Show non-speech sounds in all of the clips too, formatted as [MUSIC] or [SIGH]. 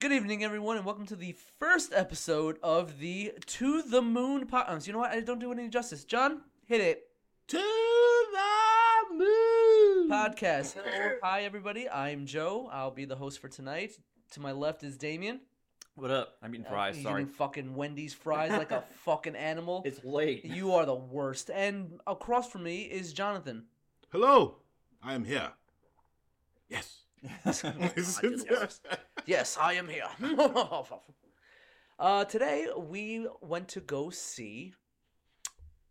Good evening, everyone, and welcome to the first episode of the To the Moon podcast. You know what? I don't do it any justice. John, hit it. To the moon. Podcast. Hello. Hi, everybody. I'm Joe. I'll be the host for tonight. To my left is Damien. What up? I'm Uh, eating fries. He's Sorry. Eating fucking Wendy's fries [LAUGHS] like a fucking animal. It's late. [LAUGHS] You are the worst. And across from me is Jonathan. Hello, I am here. [LAUGHS] Yes. Yes, I am here. [LAUGHS] uh, today we went to go see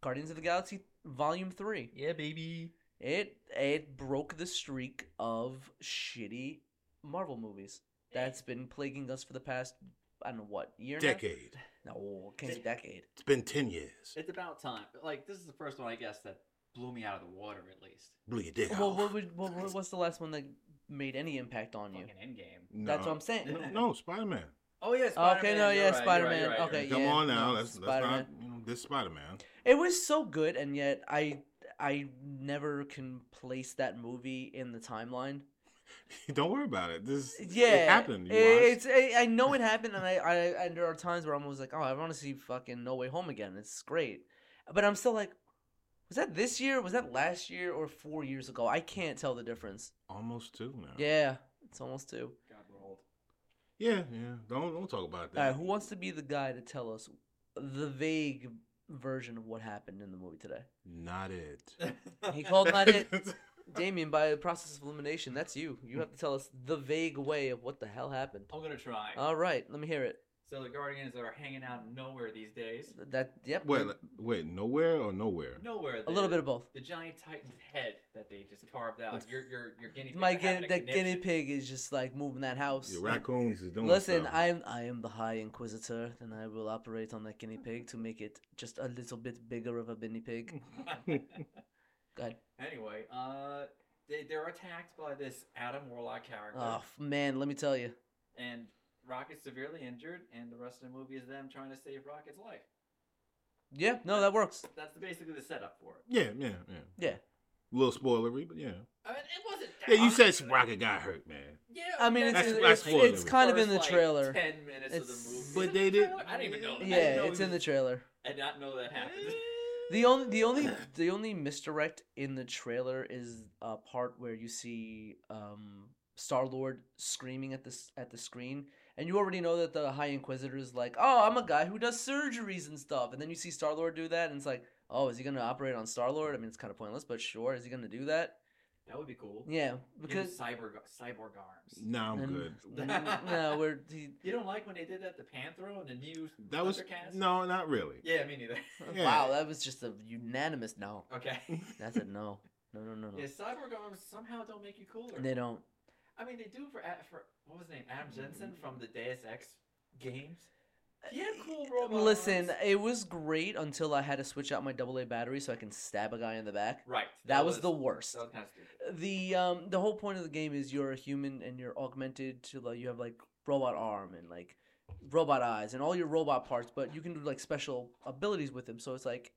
Guardians of the Galaxy Volume Three. yeah, baby. It it broke the streak of shitty Marvel movies that's been plaguing us for the past I don't know what year. now? Decade. No, can't say decade. It's been ten years. It's about time. But, Like this is the first one I guess that blew me out of the water at least. Blew your dick Well, off. what, would- what, what what's the last one that made any impact on you? Fucking Endgame. No. That's what I'm saying. No, Spider Man. Oh yeah, Okay, no, yeah, Spider Man. Okay, [LAUGHS] Come yeah, on now, no, that's, that's not Spider-Man. you know, this Spider Man. It was so good, and yet I I never can place that movie in the timeline. [LAUGHS] Don't worry about it. This Yeah, it happened. You it- watched. it's I, I know it happened, and I, I and there are times where I'm always like, oh, I want to see fucking No Way Home again. It's great, but I'm still like, was that this year? Was that last year or four years ago? I can't tell the difference. almost two now. Yeah, it's almost two. God, we're old. yeah, yeah. Don't don't talk about that. All right, who wants to be the guy to tell us the vague version of what happened in the movie today? [LAUGHS] Not it. He called not it. Damien, by the process of elimination, that's you. You have to tell us the vague way of what the hell happened. [LAUGHS] I'm gonna try. All right, let me hear it. so the Guardians are hanging out nowhere these days. That yep. [LAUGHS] wait, wait. Nowhere or nowhere? Nowhere. a little bit of both. The giant titan's head that they just carved out. Your your your guinea pig. My having guinea, a that guinea conniption. pig is just like moving that house. Your raccoons is doing. Listen, something. I'm I am the High Inquisitor, and I will operate on that guinea pig to make it just a little bit bigger of a guinea pig. Go ahead. [LAUGHS] Anyway, uh, they they're attacked by this Adam Warlock character, Oh f- man, let me tell you, and Rocket's severely injured, and the rest of the movie is them trying to save Rocket's life. yeah, no, that works. That's basically the setup for it. Yeah, yeah, yeah. Yeah, A little spoilery, but yeah. I mean, it wasn't. That Yeah, you said Rocket got hurt, man. Yeah, I mean, that's- it's- That's- that's the it's kind of in first, the trailer. Like, Ten minutes It's- of the movie. but Is it they the did- trailer? I didn't even know. that. I didn't yeah, know it's it in the was- trailer. I did not know that happened. The only the only the only misdirect in the trailer is a part where you see um Star Lord screaming at this at the screen, and you already know that the High Inquisitor is like, "Oh, I'm a guy who does surgeries and stuff," and then you see Star Lord do that, and it's like, "Oh, is he gonna operate on Star Lord?" I mean, it's kind of pointless, but sure, is he gonna do that? That would be cool. Yeah, Give him because cyborg cyborg arms. Nah, I'm [LAUGHS] and- good. mm, no, we're he, You don't like when they did that the Panthro and the new That was Thundercats? no, not really. Yeah, me neither. [LAUGHS] Yeah. wow, that was just a unanimous no. Okay. [LAUGHS] That's a no, no, no, no, no. Yeah, cyborg arms somehow don't make you cooler. They don't. I mean, they do for A- for what was his name Adam Jensen from the Deus Ex games. He had cool robot Listen, arms. it was great until I had to switch out my AA battery so I can stab a guy in the back. Right. That, was, the worst. That was kind of stupid. The um the whole point of the game is you're a human and you're augmented to like you have like robot arm and like robot eyes and all your robot parts, but you can do like special abilities with them. So it's like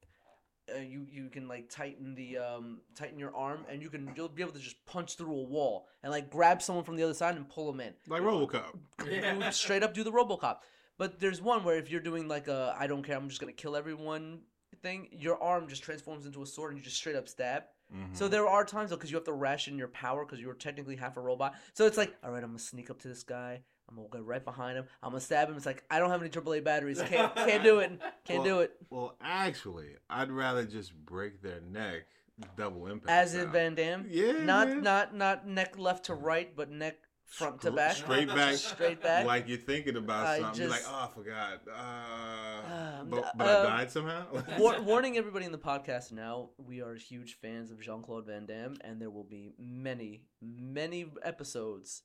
uh, you you can like tighten the um tighten your arm and you can you'll be able to just punch through a wall and like grab someone from the other side and pull them in. Like RoboCop. You would straight up do the RoboCop. But there's one where if you're doing like a I don't care, I'm just gonna kill everyone thing, your arm just transforms into a sword and you just straight up stab. Mm-hmm. Hmm. So there are times though, because you have to ration your power because you're technically half a robot. So it's like, all right, I'm gonna sneak up to this guy. I'm gonna go right behind him. I'm gonna stab him. It's like I don't have any AAA batteries. [LAUGHS] Can't can't do it. Can't do it. Well, actually, I'd rather just break their neck, double impact. As in style. Van Damme. Yeah, Not man. not not neck left to right, but neck front to Scr- back. straight back, Straight back. Like you're thinking about I something, you're like, just- oh, I forgot. Uh, Um, but but uh, I [LAUGHS] died somehow. War- warning everybody in the podcast now, we are huge fans of Jean Claude Van Damme, and there will be many, many episodes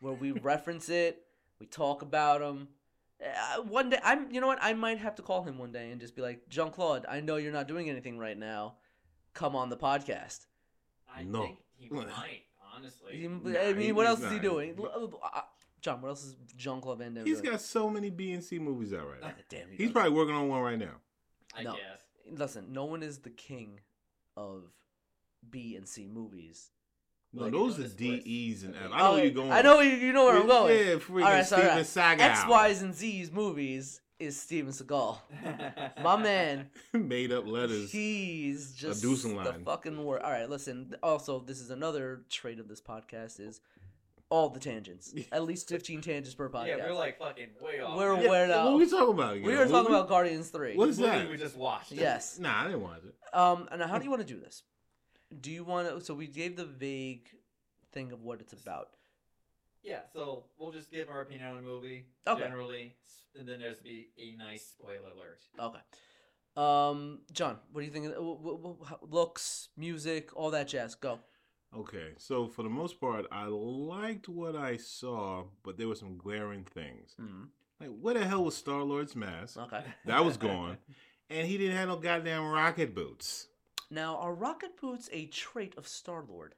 where [LAUGHS] we reference it, we talk about him. Uh, one day, I'm. You know what? I might have to call him one day and just be like, Jean Claude, I know you're not doing anything right now. Come on the podcast. [LAUGHS] I No. think [LAUGHS] he might, honestly. He- Nah, I mean, he- what he's else is he not. doing? L- uh, John, what else is Jean Claude Van Damme he's doing? got so many B and C movies out [LAUGHS] right now. Damn, he He's does. probably working on one right now. I No. guess. listen, no one is the king of B and C movies No, Like, those you are know this DEs and F. I Oh, know where you're going. I know you, you know where I'm going. Yeah, freaking All right, so, all Steven right. Seagal. X, Y's, and Z's movies is Steven Seagal. [LAUGHS] My [LAUGHS] [LAUGHS] man, Made up letters. he's just deucing the line. fucking word. All right, listen. Also, this is another trait of this podcast is all the [LAUGHS] tangents. At least fifteen tangents per podcast. Yeah, we're like fucking way off. We're What Yeah, where now? What we talking about? Again? we were A talking movie? about Guardians Three. What is movie that? We just watched. Yes. Nah, I didn't watch it. Um, and how do you want to do this? Do you want to? So we gave the vague thing of what it's about. Yeah. So we'll just give our opinion on the movie Okay. generally, and then there's be a nice spoiler alert. Okay. Um, John, what do you think? Of, wh- wh- wh- how- looks, music, all that jazz. Go. Okay, so for the most part, I liked what I saw, but there were some glaring things. Mm, Like, where the hell was Star Lord's mask? okay. [LAUGHS] That was gone, and he didn't have no goddamn rocket boots. Now, are rocket boots a trait of Star Lord?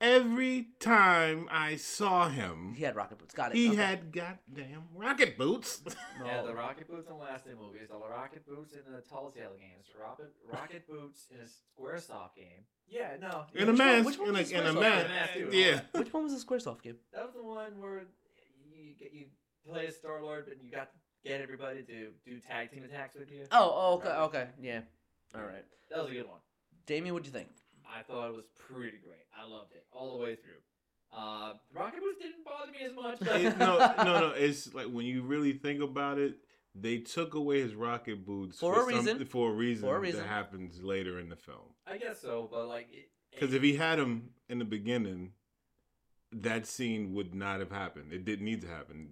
Every time I saw him, He had rocket boots. Got it. he okay. had goddamn rocket boots. [LAUGHS] [LAUGHS] Yeah, Oh. the rocket boots in the last two movies, the rocket boots in the Tall Tale games, rocket rocket boots in a SquareSoft game. Yeah, no. in a Which one- mask. which one In a, was in a Squaresoft? mask. Yeah. Yeah. Which one was the SquareSoft game? That was the one where you get you play as Star Lord and you got to get everybody to do tag team attacks with you. Oh, oh, okay, okay, yeah. All Yeah. right, That was a good one. Damien, what do you think? I thought it was pretty great. I loved it all the way through. Uh, the rocket boots didn't bother me as much. [LAUGHS] But It- no, no, no. It's like when you really think about it, they took away his rocket boots For a reason. For a reason. For a reason. That happens later in the film. I guess so, but like. it- Because if he had him in the beginning, that scene would not have happened. It didn't need to happen.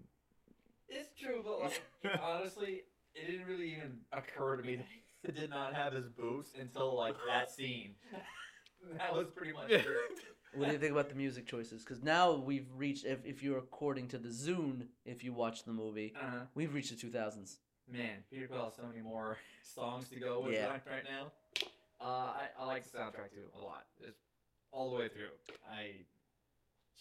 It's true, but like honestly, it didn't really even occur to me that he did not have his boots until like that scene. [LAUGHS] that was pretty much it. What do you think about the music choices? Because now we've reached, if, if you're according to the Zune, if you watch the movie, Uh-huh. we've reached the 2000s. Man, Peter Quill has so many more [LAUGHS] songs to go with Yeah. right- right now. Uh, I, I like the soundtrack too a lot. It's all the way through. I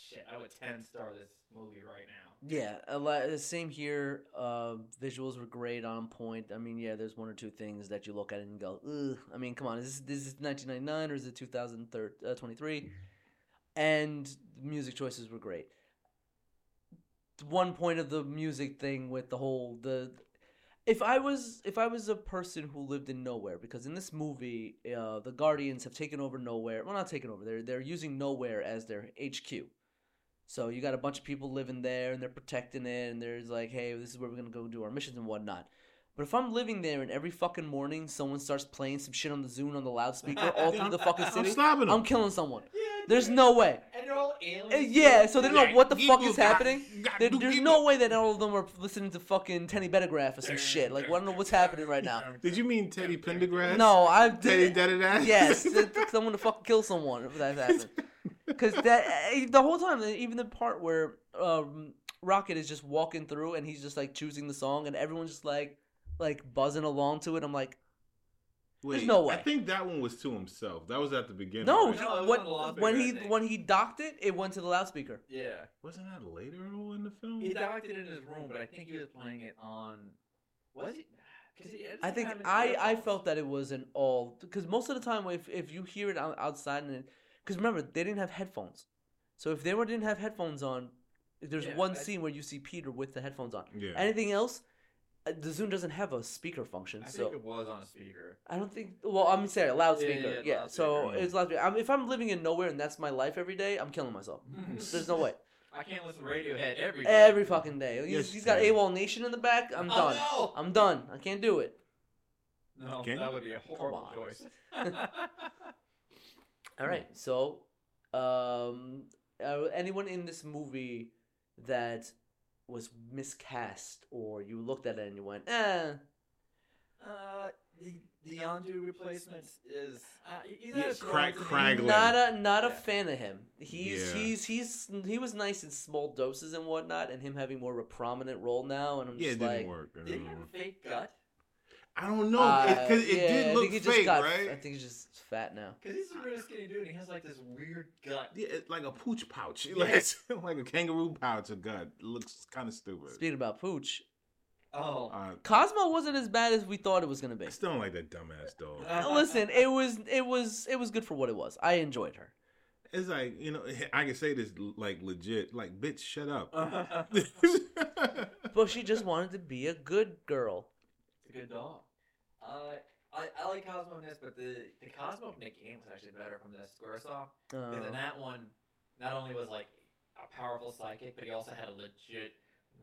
shit, I would ten star this movie right now. Yeah, a lot, the same here. Uh, visuals were great, on point. I mean, yeah, there's one or two things that you look at it and go, Ugh. I mean, come on, is this, this is 1999 or is it 2023? uh, And the music choices were great. One point of the music thing with the whole the, if I was if I was a person who lived in nowhere, because in this movie, uh, the Guardians have taken over nowhere. Well, not taken over. They're they're using nowhere as their HQ. So you got a bunch of people living there and they're protecting it and there's like, hey, this is where we're gonna go do our missions and whatnot. But if I'm living there and every fucking morning someone starts playing some shit on the Zune on the loudspeaker all through the fucking I'm city, stopping him. I'm killing someone. Yeah, There's no way. and they're all aliens. Uh, yeah, too. so they don't know what the fuck is happening. There, there's no way. way that all of them are listening to fucking Tenny Bedegraph or some shit. Like, I don't know what's happening right now. Did you mean Teddy Pendergrass? No, I [LAUGHS] Teddy did. Dadadass? [LAUGHS] Yes, it took someone to fucking kill someone if that happened. Because that eh, the whole time, even the part where um, Rocket is just walking through and he's just like choosing the song, and everyone's just like like buzzing along to it. I'm like, Wait, no way. I think that one was to himself. That was at the beginning. no, right? he- No, it was on the what, loudspeaker, when I he think. when he docked it, it went to the loudspeaker. Yeah, Wasn't that later in the film? he docked it in his room, but I think he was playing it on. Was it? Cause he I think I, I felt that it was an all because most of the time if if you hear it out- outside and because remember they didn't have headphones, so if they were didn't have headphones on, there's Yeah, one I- scene where you see Peter with the headphones on. yeah. Anything else, uh, the Zoom doesn't have a speaker function, I so think it was on a speaker. I don't think. Well, I'm sorry, a loudspeaker. Yeah, yeah, so loudspeaker. it's loudspeaker. I'm, if I'm living in nowhere and that's my life every day, I'm killing myself. Mm-hmm. There's no way. I can't listen to Radiohead [LAUGHS] every day. Every fucking day. He's, Yes, he's got you AWOL Nation in the back. I'm Oh, done. no! I'm done. I can't do it. No, Can that you? would be a horrible on. [LAUGHS] choice. All right. So, um, uh, anyone in this movie that was miscast or you looked at it and you went, eh, uh, the the Yondu replacement is uh, he's Yeah, not as strong Craig- as he- Craig- not a not a Yeah. fan of him. He's Yeah. he's he's he was nice in small doses and whatnot, and him having more of a prominent role now, and I'm yeah, just it didn't like, work. It Did he didn't have work. a fake gut? I don't know. uh, Because it yeah, I did think look he fake, just got- I right? think he's just fat now. Because he's a really skinny dude, and he has like this weird gut. Yeah, it's like a pooch pouch. [LAUGHS] Like, it's like a kangaroo pouch of gut. It looks kind of stupid. Speaking about pooch, Oh, uh, Cosmo wasn't as bad as we thought it was gonna be. [LAUGHS] I still don't like that dumbass dog. Uh, Listen, it was it was it was good for what it was. I enjoyed her. It's like you know, [LAUGHS] I can say this like legit. Like, bitch, shut [LAUGHS] up. it's mm-hmm. Uh, But she just wanted to be a good girl. a good dog. Uh, I, I like Cosmo in this, but the, the Cosmo Nick game was actually better from this Squaresoft. Oh. Uh, Because in that one, not only was like a powerful psychic, but he also had a legit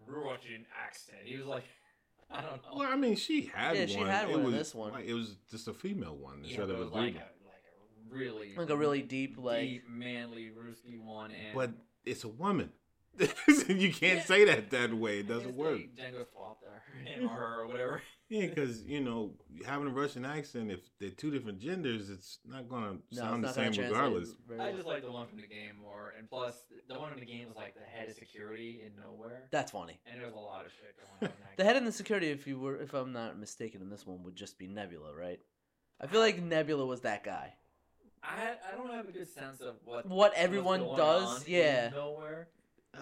Russian accent. He was like, [LAUGHS] I don't know. Well, I mean, she had Yeah, one. she had It one in was, this one. Like, it was just a female one Yeah, instead of but it a was dude. like a, like one. a really like a really deep, like deep, manly, roosty one. And But I it's a woman. [LAUGHS] you can't Yeah. say that that way. It guess doesn't they work. Django swapped her, [LAUGHS] him or her or whatever. Yeah, because you know, having a Russian accent, if they're two different genders, it's not gonna no, sound the it's not gonna same translate regardless. very I well. just like the one from the game more, and plus the one from the game was like the head of security in nowhere, That's funny. and there was a lot of shit going on. in that The head game. in the security, if you were, if I'm not mistaken, in this one would just be Nebula, right? I feel like Nebula was that guy. I I don't have a good sense of what What what's everyone going does, on in yeah. nowhere. Uh,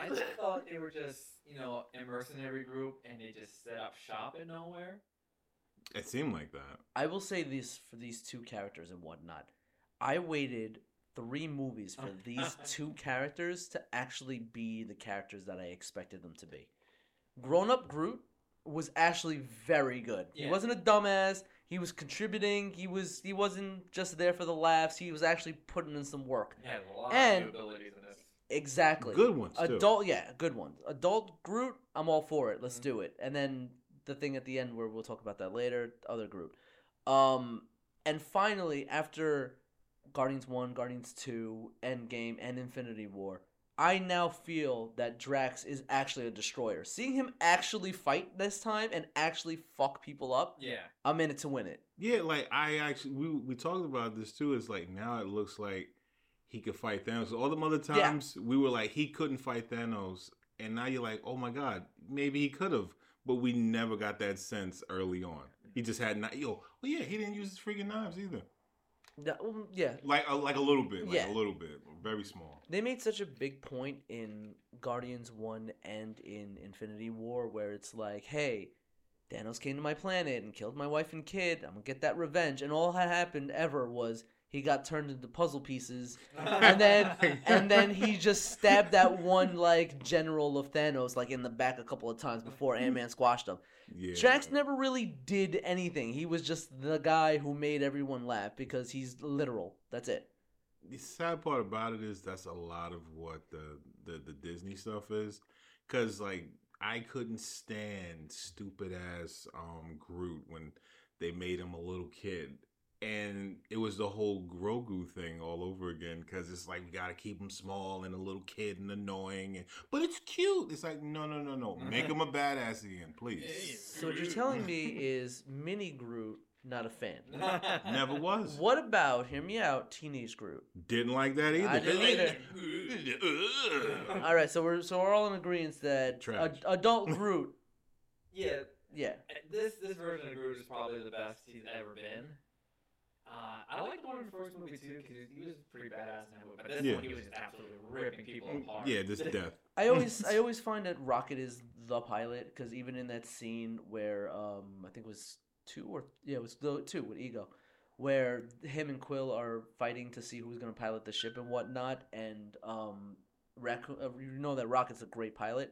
I just thought they were just, you know, a mercenary group and they just set up shop in nowhere. it seemed like that. I will say these for these two characters and whatnot. I waited three movies for these two characters to actually be the characters that I expected them to be. Grown up Groot was actually very good. He Yeah. wasn't a dumbass. He was contributing. He was he wasn't just there for the laughs. He was actually putting in some work. They had a lot And- of new abilities in this. Exactly. Good ones too. Adult, yeah, good one. Adult Groot, I'm all for it. Let's do it. And then the thing at the end where we'll talk about that later, other Groot. Um, and finally, after Guardians One, Guardians Two, Endgame, and Infinity War, I now feel that Drax is actually a destroyer. Seeing him actually fight this time and actually fuck people up, Yeah. I'm in it to win it. Yeah, like I actually we we talked about this too. It's like now it looks like he could fight Thanos. All the other Yeah. times we were like he couldn't fight Thanos, and now you're like, oh my god, maybe he could have, but we never got that sense early on. He just had not. Yo, well, yeah, he didn't use his freaking knives either. Yeah, um, yeah, Like a, like a little bit, like Yeah. a little bit, very small. They made such a big point in Guardians 1 and in Infinity War where it's like, hey, Thanos came to my planet and killed my wife and kid. I'm going to get that revenge. And all that happened ever was he got turned into puzzle pieces. And then [LAUGHS] and then he just stabbed that one like general of Thanos like in the back a couple of times before Ant-Man squashed him. Yeah. Drax never really did anything. He was just the guy who made everyone laugh because he's literal. That's it. the sad part about it is that's a lot of what the the, the Disney stuff is, because like I couldn't stand stupid ass um Groot when they made him a little kid, and it was the whole Grogu thing all over again. Because it's like we gotta keep him small and a little kid and annoying, and, but it's cute. It's like no no no no, make him a badass again, please. So what you're telling me is Mini Groot not a fan. [LAUGHS] Never was. What about hear me out, Teenage Groot? Didn't like that either. I didn't either. Ugh. All right, so we're so we're all in agreement that Trash. ad- adult Groot, Yeah, yeah, this this version of Groot is probably the best he's ever been. Uh, I like the one in the first movie too because he was pretty badass in that movie. But this Yeah. one, he was just absolutely ripping people [LAUGHS] apart. Yeah, [LAUGHS] this death. I always I always find that Rocket is the pilot because even in that scene where um I think it was two or yeah it was the two with Ego, where him and Quill are fighting to see who's gonna pilot the ship and whatnot, and um Raccoon uh, you know that Rocket's a great pilot.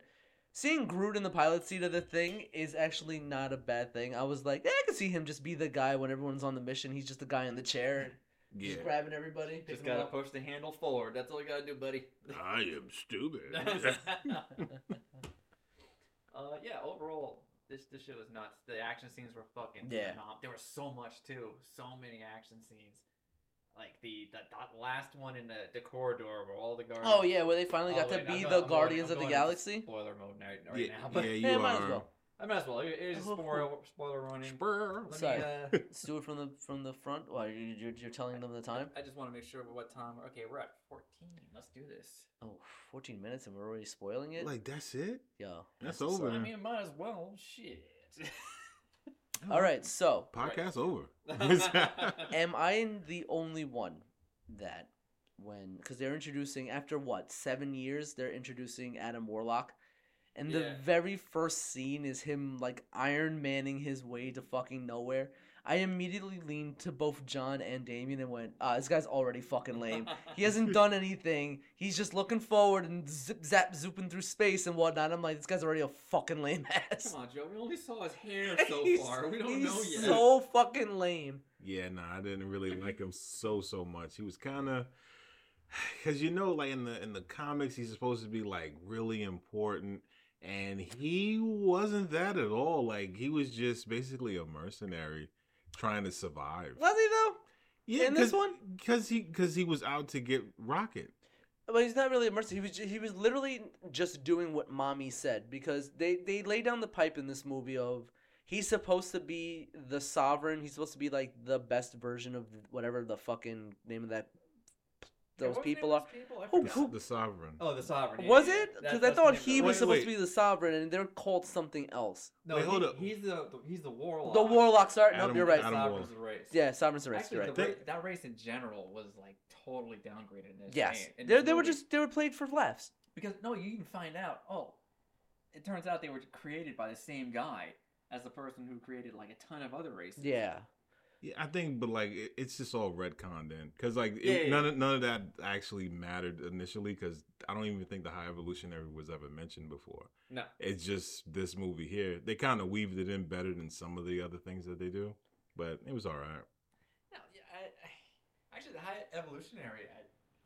Seeing Groot in the pilot seat of the thing is actually not a bad thing. I was like, eh, I could see him just be the guy when everyone's on the mission. He's just the guy in the chair, Yeah. just grabbing everybody. Just picking 'em gotta up. push the handle forward. That's all you gotta do, buddy. [LAUGHS] I am [LAUGHS] stupid. uh, yeah, overall, this this shit was nuts. The action scenes were fucking Yeah. phenom- There was so much too, so many action scenes. Like the the, the last one in the, the corridor where all the guardians. Oh yeah, where they finally Oh, got to wait, I'm be go- the I'm going- Guardians of I'm the going into Galaxy. Spoiler mode right, right yeah, now, but yeah, you Yeah, are. might as well. [LAUGHS] I might as well. [LAUGHS] It, it is spoiler spoiler warning. [LAUGHS] Spur. Let me, Sorry. uh, Let's do it from the from the front. Well, you, you're, you're telling them the time. I just want to make sure what time. Okay, we're at fourteen. Let's do this. Oh, 14 minutes and we're already spoiling it. Like that's it. yeah. That's over. I then. mean, might as well. [LAUGHS] Shit. All right. So, Podcast over. [LAUGHS] [LAUGHS] am I the only one that when because they're introducing after what seven years they're introducing Adam Warlock, and the Yeah. very first scene is him like Iron Manning his way to fucking nowhere. I immediately leaned to both John and Damien and went, uh, this guy's already fucking [LAUGHS] lame. He hasn't done anything. He's just looking forward and zip zap zooping through space and whatnot. I'm like, this guy's already a fucking lame ass. [LAUGHS] Come on, Joe. We only saw his [LAUGHS] hair so He's- far. We don't he's know yet. so fucking lame. Yeah, no, I didn't really like him so so much. He was kind [SIGHS] of because you know, like in the in the comics, he's supposed to be like really important, and he wasn't that at all. Like he was just basically a mercenary trying to survive. Was he though? Yeah, in this one? because he because he was out to get Rocket. But he's not really a mercenary. He was ju- he was literally just doing what mommy said because they they lay down the pipe in this movie of he's supposed to be the sovereign. He's supposed to be like the best version of whatever the fucking name of that those people are. Who- The, who- the sovereign. Oh, the sovereign. yeah, was yeah, it? yeah. That- Because I that's thought the name he of it. was Wait, supposed wait. to be the sovereign, and they're called something else. No, Wait, he- hold up. He's the he's the warlock. The warlocks are Adam- no, you're right. Adam- Sovereign's Warlock. the race. yeah, sovereign's arrest. Actually, You're the, right. They- ra- that race in general was like totally downgraded. In this Yes, in they this they were movie. just they were played for laughs. because no, you even find out. Oh, it turns out they were created by the same guy as the person who created like a ton of other races. Yeah, Yeah, I think, but like it, it's just all retcon then, because like it- Yeah, yeah, none of none of that actually mattered initially, because I don't even think the High Evolutionary was ever mentioned before. No. it's just this movie here. They kind of weaved it in better than some of the other things that they do, but it was all right. No, yeah, I, I, actually, the high evolutionary,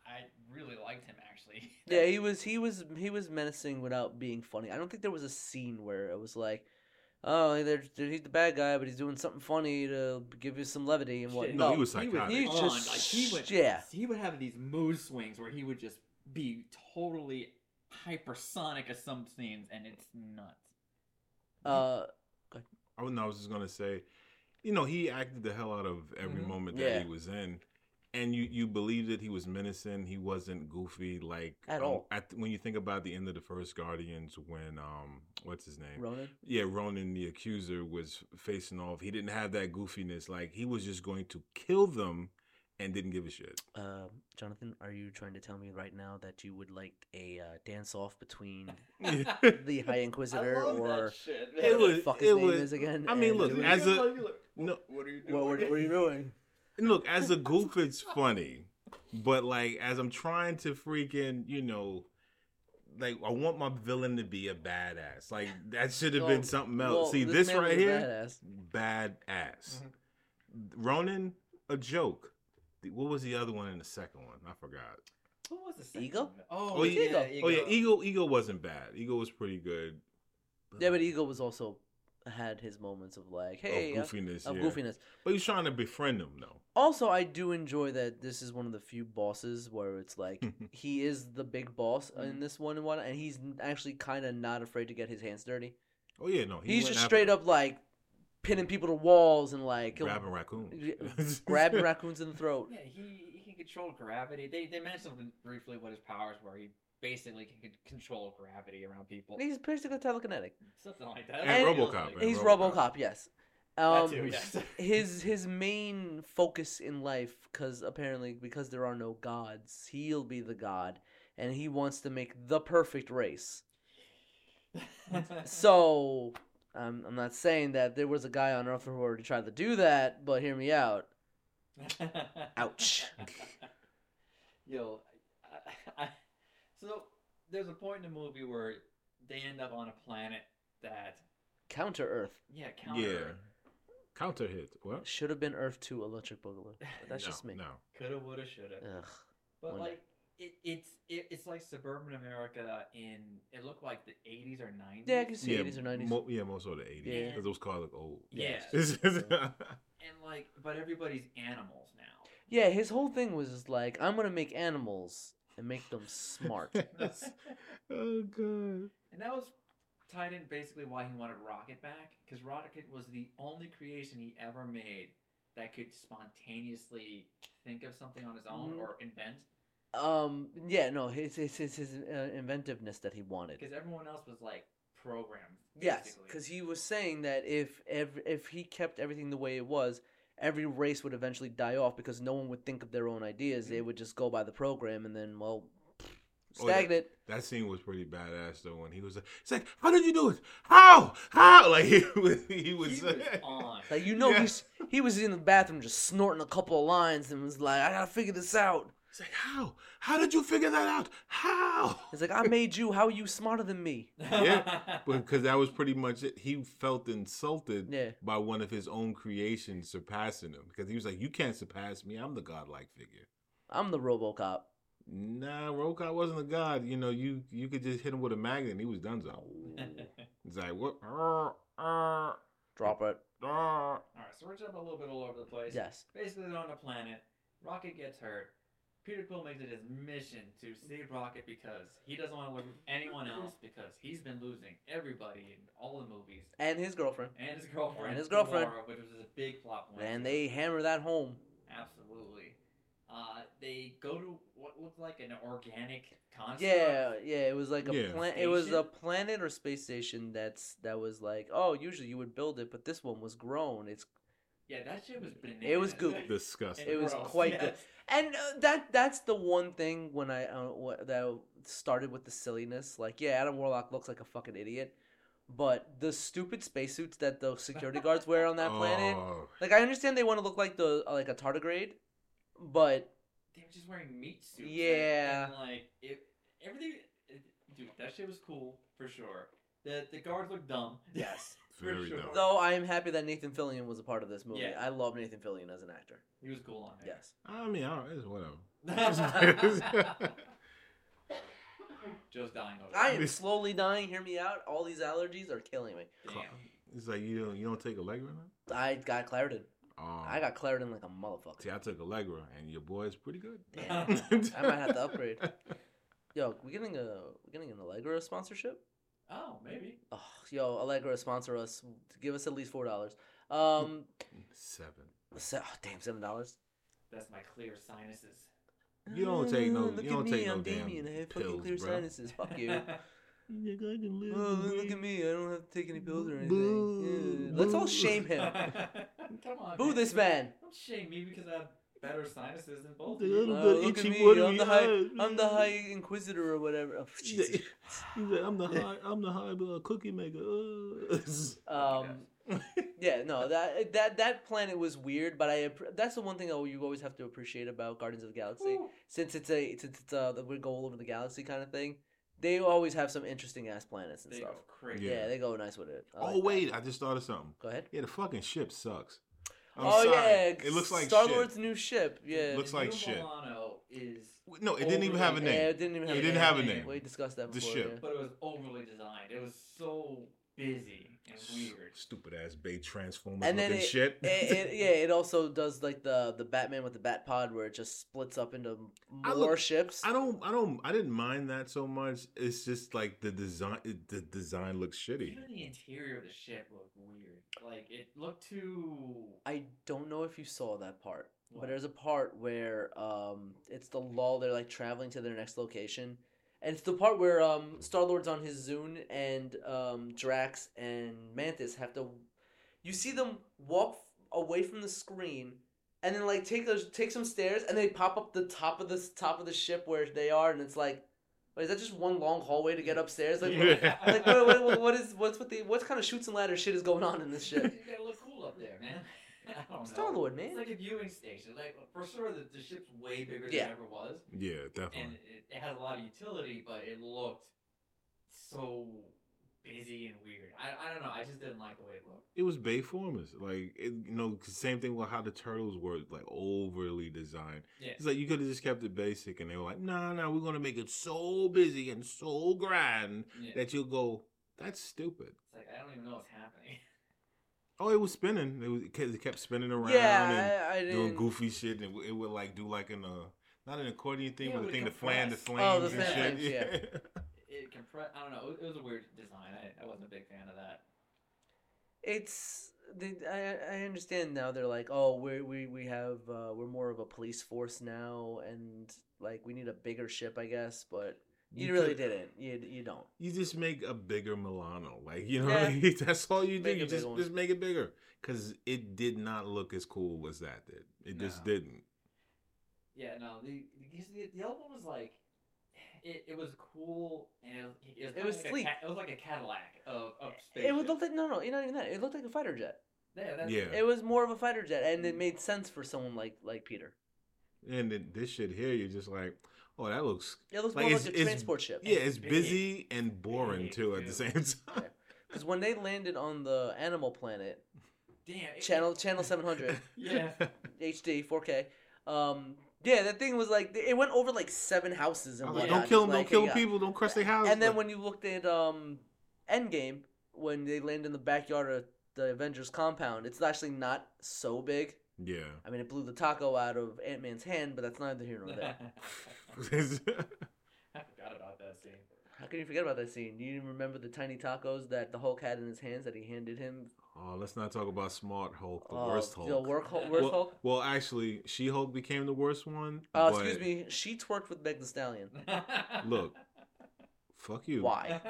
I, I really liked him actually. [LAUGHS] Yeah, he was he was he was menacing without being funny. I don't think there was a scene where it was like, oh, they're, they're- he's the bad guy, but he's doing something funny to give you some levity and Shit. whatnot. No, he was psychotic. he on, just like, Oh he would, yeah. he would have these mood swings where he would just be totally hypersonic at some scenes, and it's nuts. [LAUGHS] [LAUGHS] Uh, I was, Oh, no, I was just gonna say, you know, he acted the hell out of every Mhm. moment that Mm-hmm. Yeah. he was in, and you you believed that he was menacing. He wasn't goofy like At um, all. At, when you think about the end of the first Guardians, when um, what's his name? Ronan. yeah, Ronan the accuser was facing off. He didn't have that goofiness. Like he was just going to kill them and didn't give a shit. Uh, Jonathan, are you trying to tell me right now that you would like a uh, dance off between the High Inquisitor I love or that shit. It whatever was- the fuck it his name was- is again? I mean, and look, doing- as a- no. no, what are you doing? what, what, what are you doing? And look, as [LAUGHS] a goof, it's funny, but like as I'm trying to freaking, you know, like I want my villain to be a badass. Like that should have Oh, been something else. Well, See this, man was right a here, badass. Mm-hmm. badass. Ronan, a joke. The- What was the other one in the second one? I forgot. What was the second Eagle? one? Oh, Oh, yeah, Eagle. Eagle. Oh yeah, Ego. Ego wasn't bad. Ego was pretty good. Yeah, but Eagle was also had his moments of like, hey, uh, of goofiness. of yeah. goofiness. But he's trying to befriend him though. Also, I do enjoy that this is one of the few bosses where it's [LAUGHS] like he is the big boss in this one and one, and he's n- actually kind of not afraid to get his hands dirty. Oh yeah, no, he he's went just after straight up like pinning people to walls and like [LAUGHS] grabbing [LAUGHS] raccoons. grabbing raccoons in the throat. Yeah, he he can control gravity. They they mentioned briefly what his powers were. He basically can c- control gravity around people. He's basically telekinetic. Something like that. And It feels RoboCop, like- right? He's RoboCop. RoboCop, yes. That Um, too, yes. his his main focus in life because apparently because there are no gods he'll be the god and he wants to make the perfect race [LAUGHS] [LAUGHS] so um, i'm not saying that there was a guy on earth who already tried to do that but hear me out Ouch. Yo, I, I, so there's a point in the movie where they end up on a planet that counter earth yeah yeah, counter counter hit. What? should have been earth 2 electric boogaloo but that's no, just me No, [LAUGHS] coulda woulda shoulda. Ugh. But One day. like it, it's it, it's like suburban America in it looked like the 80s or 90s. yeah i can see yeah, 80s or 90s Mo- yeah, most of the eighties. Yeah. because those cars look old. Yeah. [LAUGHS] and like but everybody's animals [LAUGHS] now. yeah his whole thing was just like i'm gonna make animals and make them [LAUGHS] smart oh god. [LAUGHS] And that was tied in basically why he wanted Rocket back cuz Rocket was the only creation he ever made that could spontaneously think of something on his own Mhm. or invent Um. Yeah. No. His his his, his uh, inventiveness that he wanted. because everyone else was like programmed. Yes, basically. because he was saying that if ev- if he kept everything the way it was, every race would eventually die off because no one would think of their own ideas. They would just go by the program, and then well, Oh, yeah. Stagnant. That scene was pretty badass though when he was like, "It's like, how did you do it? How? How?" [LAUGHS] Like he was, he was, [LAUGHS] He was on. Like you know Yeah. he's he was in the bathroom just snorting a couple of lines and was like, I gotta figure this out. It's like, "How? How did you figure that out? How?" It's like I made you. How are you smarter than me? [LAUGHS] Yeah, Because that was pretty much it. He felt insulted Yeah. by one of his own creations surpassing him because he was like, "You can't surpass me. I'm the godlike figure." I'm the RoboCop. Nah, Rokot wasn't a god. You know, you you could just hit him with a magnet and he was done. So [LAUGHS] it's like what? Uh, uh, Drop it. uh. All right, so we're jumping a little bit all over the place. Yes. Basically, they're on the planet. Rocket gets hurt. Peter Quill makes it his mission to save Rocket because he doesn't want to live with anyone else because he's been losing everybody in all the movies And his girlfriend. and his girlfriend. And his girlfriend. Laura, which was a big plot point. And they hammer that home. absolutely. Uh, they go to what looked like an organic construct. Yeah, yeah. It was like a Yeah. plan. It was a Station? planet or space station that's that was like, oh, usually you would build it, but this one was grown. It's Yeah, that shit was bananas. It was goop. [LAUGHS] Disgusting. It was Gross, quite yes. good. And uh, that that's the one thing when I uh, wh- that started with the silliness. Like, yeah, Adam Warlock looks like a fucking idiot, but the stupid spacesuits that the security guards wear on that planet. [LAUGHS] Oh, Like, I understand they want to look like the like a tardigrade, but they were just wearing meat suits. and- Yeah. And, like it, everything. It, dude, that shit was cool for sure. The the guards look dumb. Yes. For very sure. dumb. though I am happy that Nathan Fillion was a part of this movie. Yeah. I love Nathan Fillion as an actor. [LAUGHS] he was cool on there. Yes. I mean, I don't, it's [LAUGHS] whatever. [LAUGHS] Joe's dying over I there. am slowly dying. Hear me out. All these allergies are killing me. Damn. It's like you don't you don't take Allegra now. I got Claritin. Um, I got Claritin like a motherfucker. See, I took Allegra, and your boy is pretty good. Yeah. [LAUGHS] I might have to upgrade. Yo, we getting a we getting an Allegro sponsorship? Oh, maybe. Oh, yo, Allegro sponsor us. Give us at least four dollars. Um, [LAUGHS] Seven. se- oh, damn, seven dollars. That's my clear sinuses. You don't take no- Ah, you don't take no damn I have pills, fucking clear bro. sinuses. Fuck [LAUGHS] [LAUGHS] you. You think I can live Oh, with look it? at me. I don't have to take any pills or Boo. anything. Yeah. Let's all Boo. shame [LAUGHS] him. [LAUGHS] Come on. Boo man. this man. Don't shame me because I have better sinuses than both of Dude, you. I'm Oh, the look at itchy me. watery I'm the high. eyes. I'm the high inquisitor or whatever. Oh, He's Jesus. like, I'm the high. I'm the high uh, cookie maker. [LAUGHS] Uh. Um, [LAUGHS] yeah, no, that that that planet was weird, but I appre- that's the one thing that you always have to appreciate about Guardians of the Galaxy, Woo. since it's a since it's uh we go all over the galaxy kind of thing. They always have some interesting ass planets and They stuff. go crazy. Yeah. Yeah. they go nice with it. I like oh that. wait, I just thought of something. go ahead. Yeah, the fucking ship sucks. I'm oh sorry. yeah, it looks like Star shit. Lord's new ship. Yeah, Looks like Lou shit. Milano is No, it didn't even have a Yeah, name. it didn't even It have. didn't have a name. We discussed that The before. ship. yeah. but it was overly designed. It was so busy and weird. Stupid ass Bay Transformers And then looking it- shit. It, [LAUGHS] it, yeah, [LAUGHS] it also does like the the Batman with the Bat Pod, where it just splits up into I more look- ships. I don't. I don't. I didn't mind that so much. It's just like the design. it- The design looks shitty. Even the interior of the ship looked weird. Like it looked too. I don't know if you saw that part, What? but there's a part where um, it's the lull. They're like traveling to their next location, and it's the part where um, Star Lord's on his Zune, and um, Drax and Mantis have to. You see them walk away from the screen, and then like take those take some stairs, and they pop up the top of this top of the ship where they are, and it's like, wait, is that just one long hallway to get upstairs? [LAUGHS] Like, what- Yeah. like what, what, what- what is what's with the what kind of shoots and ladder shit is going on in this You shit? gotta look cool up there, man. [LAUGHS] I don't know. Star Lord, man. It's like a viewing station. Like for sure, the, the ship's way bigger Yeah. than it ever was, [LAUGHS] Yeah, and definitely. it, it had a lot of utility, but it looked so busy and weird. I, I don't know. I just didn't like the way it looked. It was Bayformers. Like it, you know, 'cause same thing with how the turtles were like overly designed. Yeah. It's like you could have just kept it basic, and they were like, "No, nah, no, nah, we're gonna make it so busy and so grand Yeah. that you'll go." That's stupid. It's like I don't even know what's happening. [LAUGHS] Oh, it was spinning. It, was, it kept- it kept spinning around. and- Yeah, I, I didn't. doing goofy shit. And it, would- it would like do like an uh, not an accordion thing, Yeah, but it a would thing to flan the compress. flames Oh, and the flames, shit. yeah. [LAUGHS] It compressed. I don't know. It was, it was a weird design. I, I wasn't a big fan of that. it's they, I, I understand now they're like oh we we we have uh, we're more of a police force now and like we need a bigger ship I guess but you, really could- didn't you you don't You just make a bigger Milano, like you know, Yeah. [LAUGHS] like, that's all you do. Make a you big just one. just make it bigger because it did not look as cool as that did. It just No. didn't. Yeah, no, the because the, the other one was like it, it was cool and it was, It was kinda like a sleek. ca- it was like a Cadillac of, of space. It would look like no, no, not even that. It looked like a fighter jet. yeah, that's, Yeah. Mm. It was more of a fighter jet, and it made sense for someone like like Peter. And then this shit here, you're just like, oh, that looks. It looks Like, more it's- like a it's- transport ship. Yeah, it's big. busy and boring Big, too at the too. same [LAUGHS] [LAUGHS] time. Because when they landed on the Animal Planet, Damn. it- [LAUGHS] channel [LAUGHS] channel seven hundred Yeah. HD four K, um, yeah, that thing was like it went over like seven houses I and was like, whatnot. don't kill them, Like, don't kill yeah. people, don't crush their house. And then when you looked at um, Endgame, when they land in the backyard of the Avengers compound, it's actually not so big. yeah, [LAUGHS] I mean, it blew the taco out of Ant Man's hand, but that's neither here nor [LAUGHS] there. I forgot about that scene. How can you forget about that scene? You didn't remember the tiny tacos that the Hulk had in his hands that he handed him? oh, let's not talk about Smart Hulk, the Uh, worst Hulk. The work Hulk, worst well, Hulk. well, actually, She Hulk became the worst one. Uh, but excuse me. She twerked with Meg The Stallion. [LAUGHS] Look, Fuck you. [LAUGHS] Why?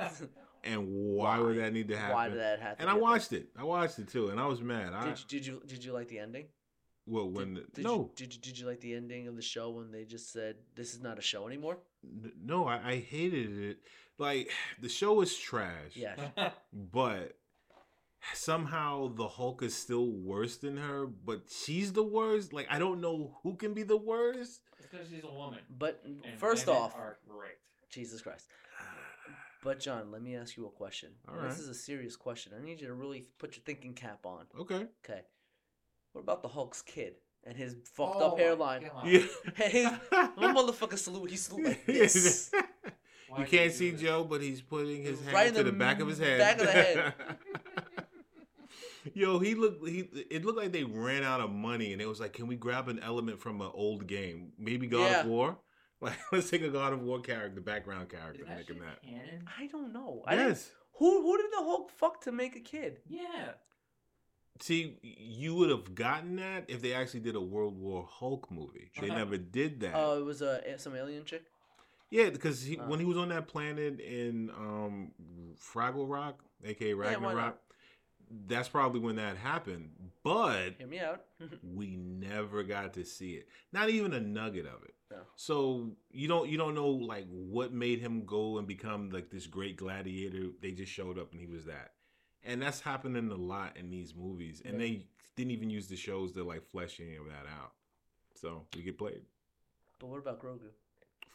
And why, Why? would that need to happen? Why did that happen? and I watched it. I watched it too, and I was mad. I Did, you- did you did you like the ending? well, when did, the, did no, You, did you did you like the ending of the show when they just said this is not a show anymore? N- no, I, I hated it. Like the show is trash. Yes. But somehow the Hulk is still worse than her, but she's the worst. Like I don't know who can be the [SIGHS] worst. because she's a woman. But and first women off, are great. Jesus Christ. But John, let me ask you a question. All This right. is a serious question. I need you to really put your thinking cap on. Okay. Okay. What about the Hulk's kid and his fucked Oh up my hairline? [LAUGHS] God. Yeah. His [LAUGHS] my motherfucker salute. He salute Uh, [LAUGHS] like this. Why'd you can't do see this? Joe, but he's putting his Right hand in to the the back of his head. back of the head. [LAUGHS] Yo, he looked. He it looked like they ran out of money, and it was like, can we grab an element from an old game? Maybe God Yeah. of War. [LAUGHS] Like, let's take a God of War character, background character, and Is that make him shit that. canon? I don't know. I didn't- Yes. Who who did the Hulk fuck to make a kid? Yeah. See, you would have gotten that if they actually did a World War Hulk movie. They Uh-huh. never did that. Oh, it was uh, some alien chick. yeah, because he, uh. when he was on that planet in um, Fraggle Rock, aka why not? Ragnarok, that's probably when that happened. But Hear me out. [LAUGHS] we never got to see it. Not even a nugget of it. No. So you don't you don't know like what made him go and become like this great gladiator. They just showed up and he was that. And that's happening a lot in these movies. And Yeah. they didn't even use the shows to like flesh any of that out. So we get played. but what about Grogu?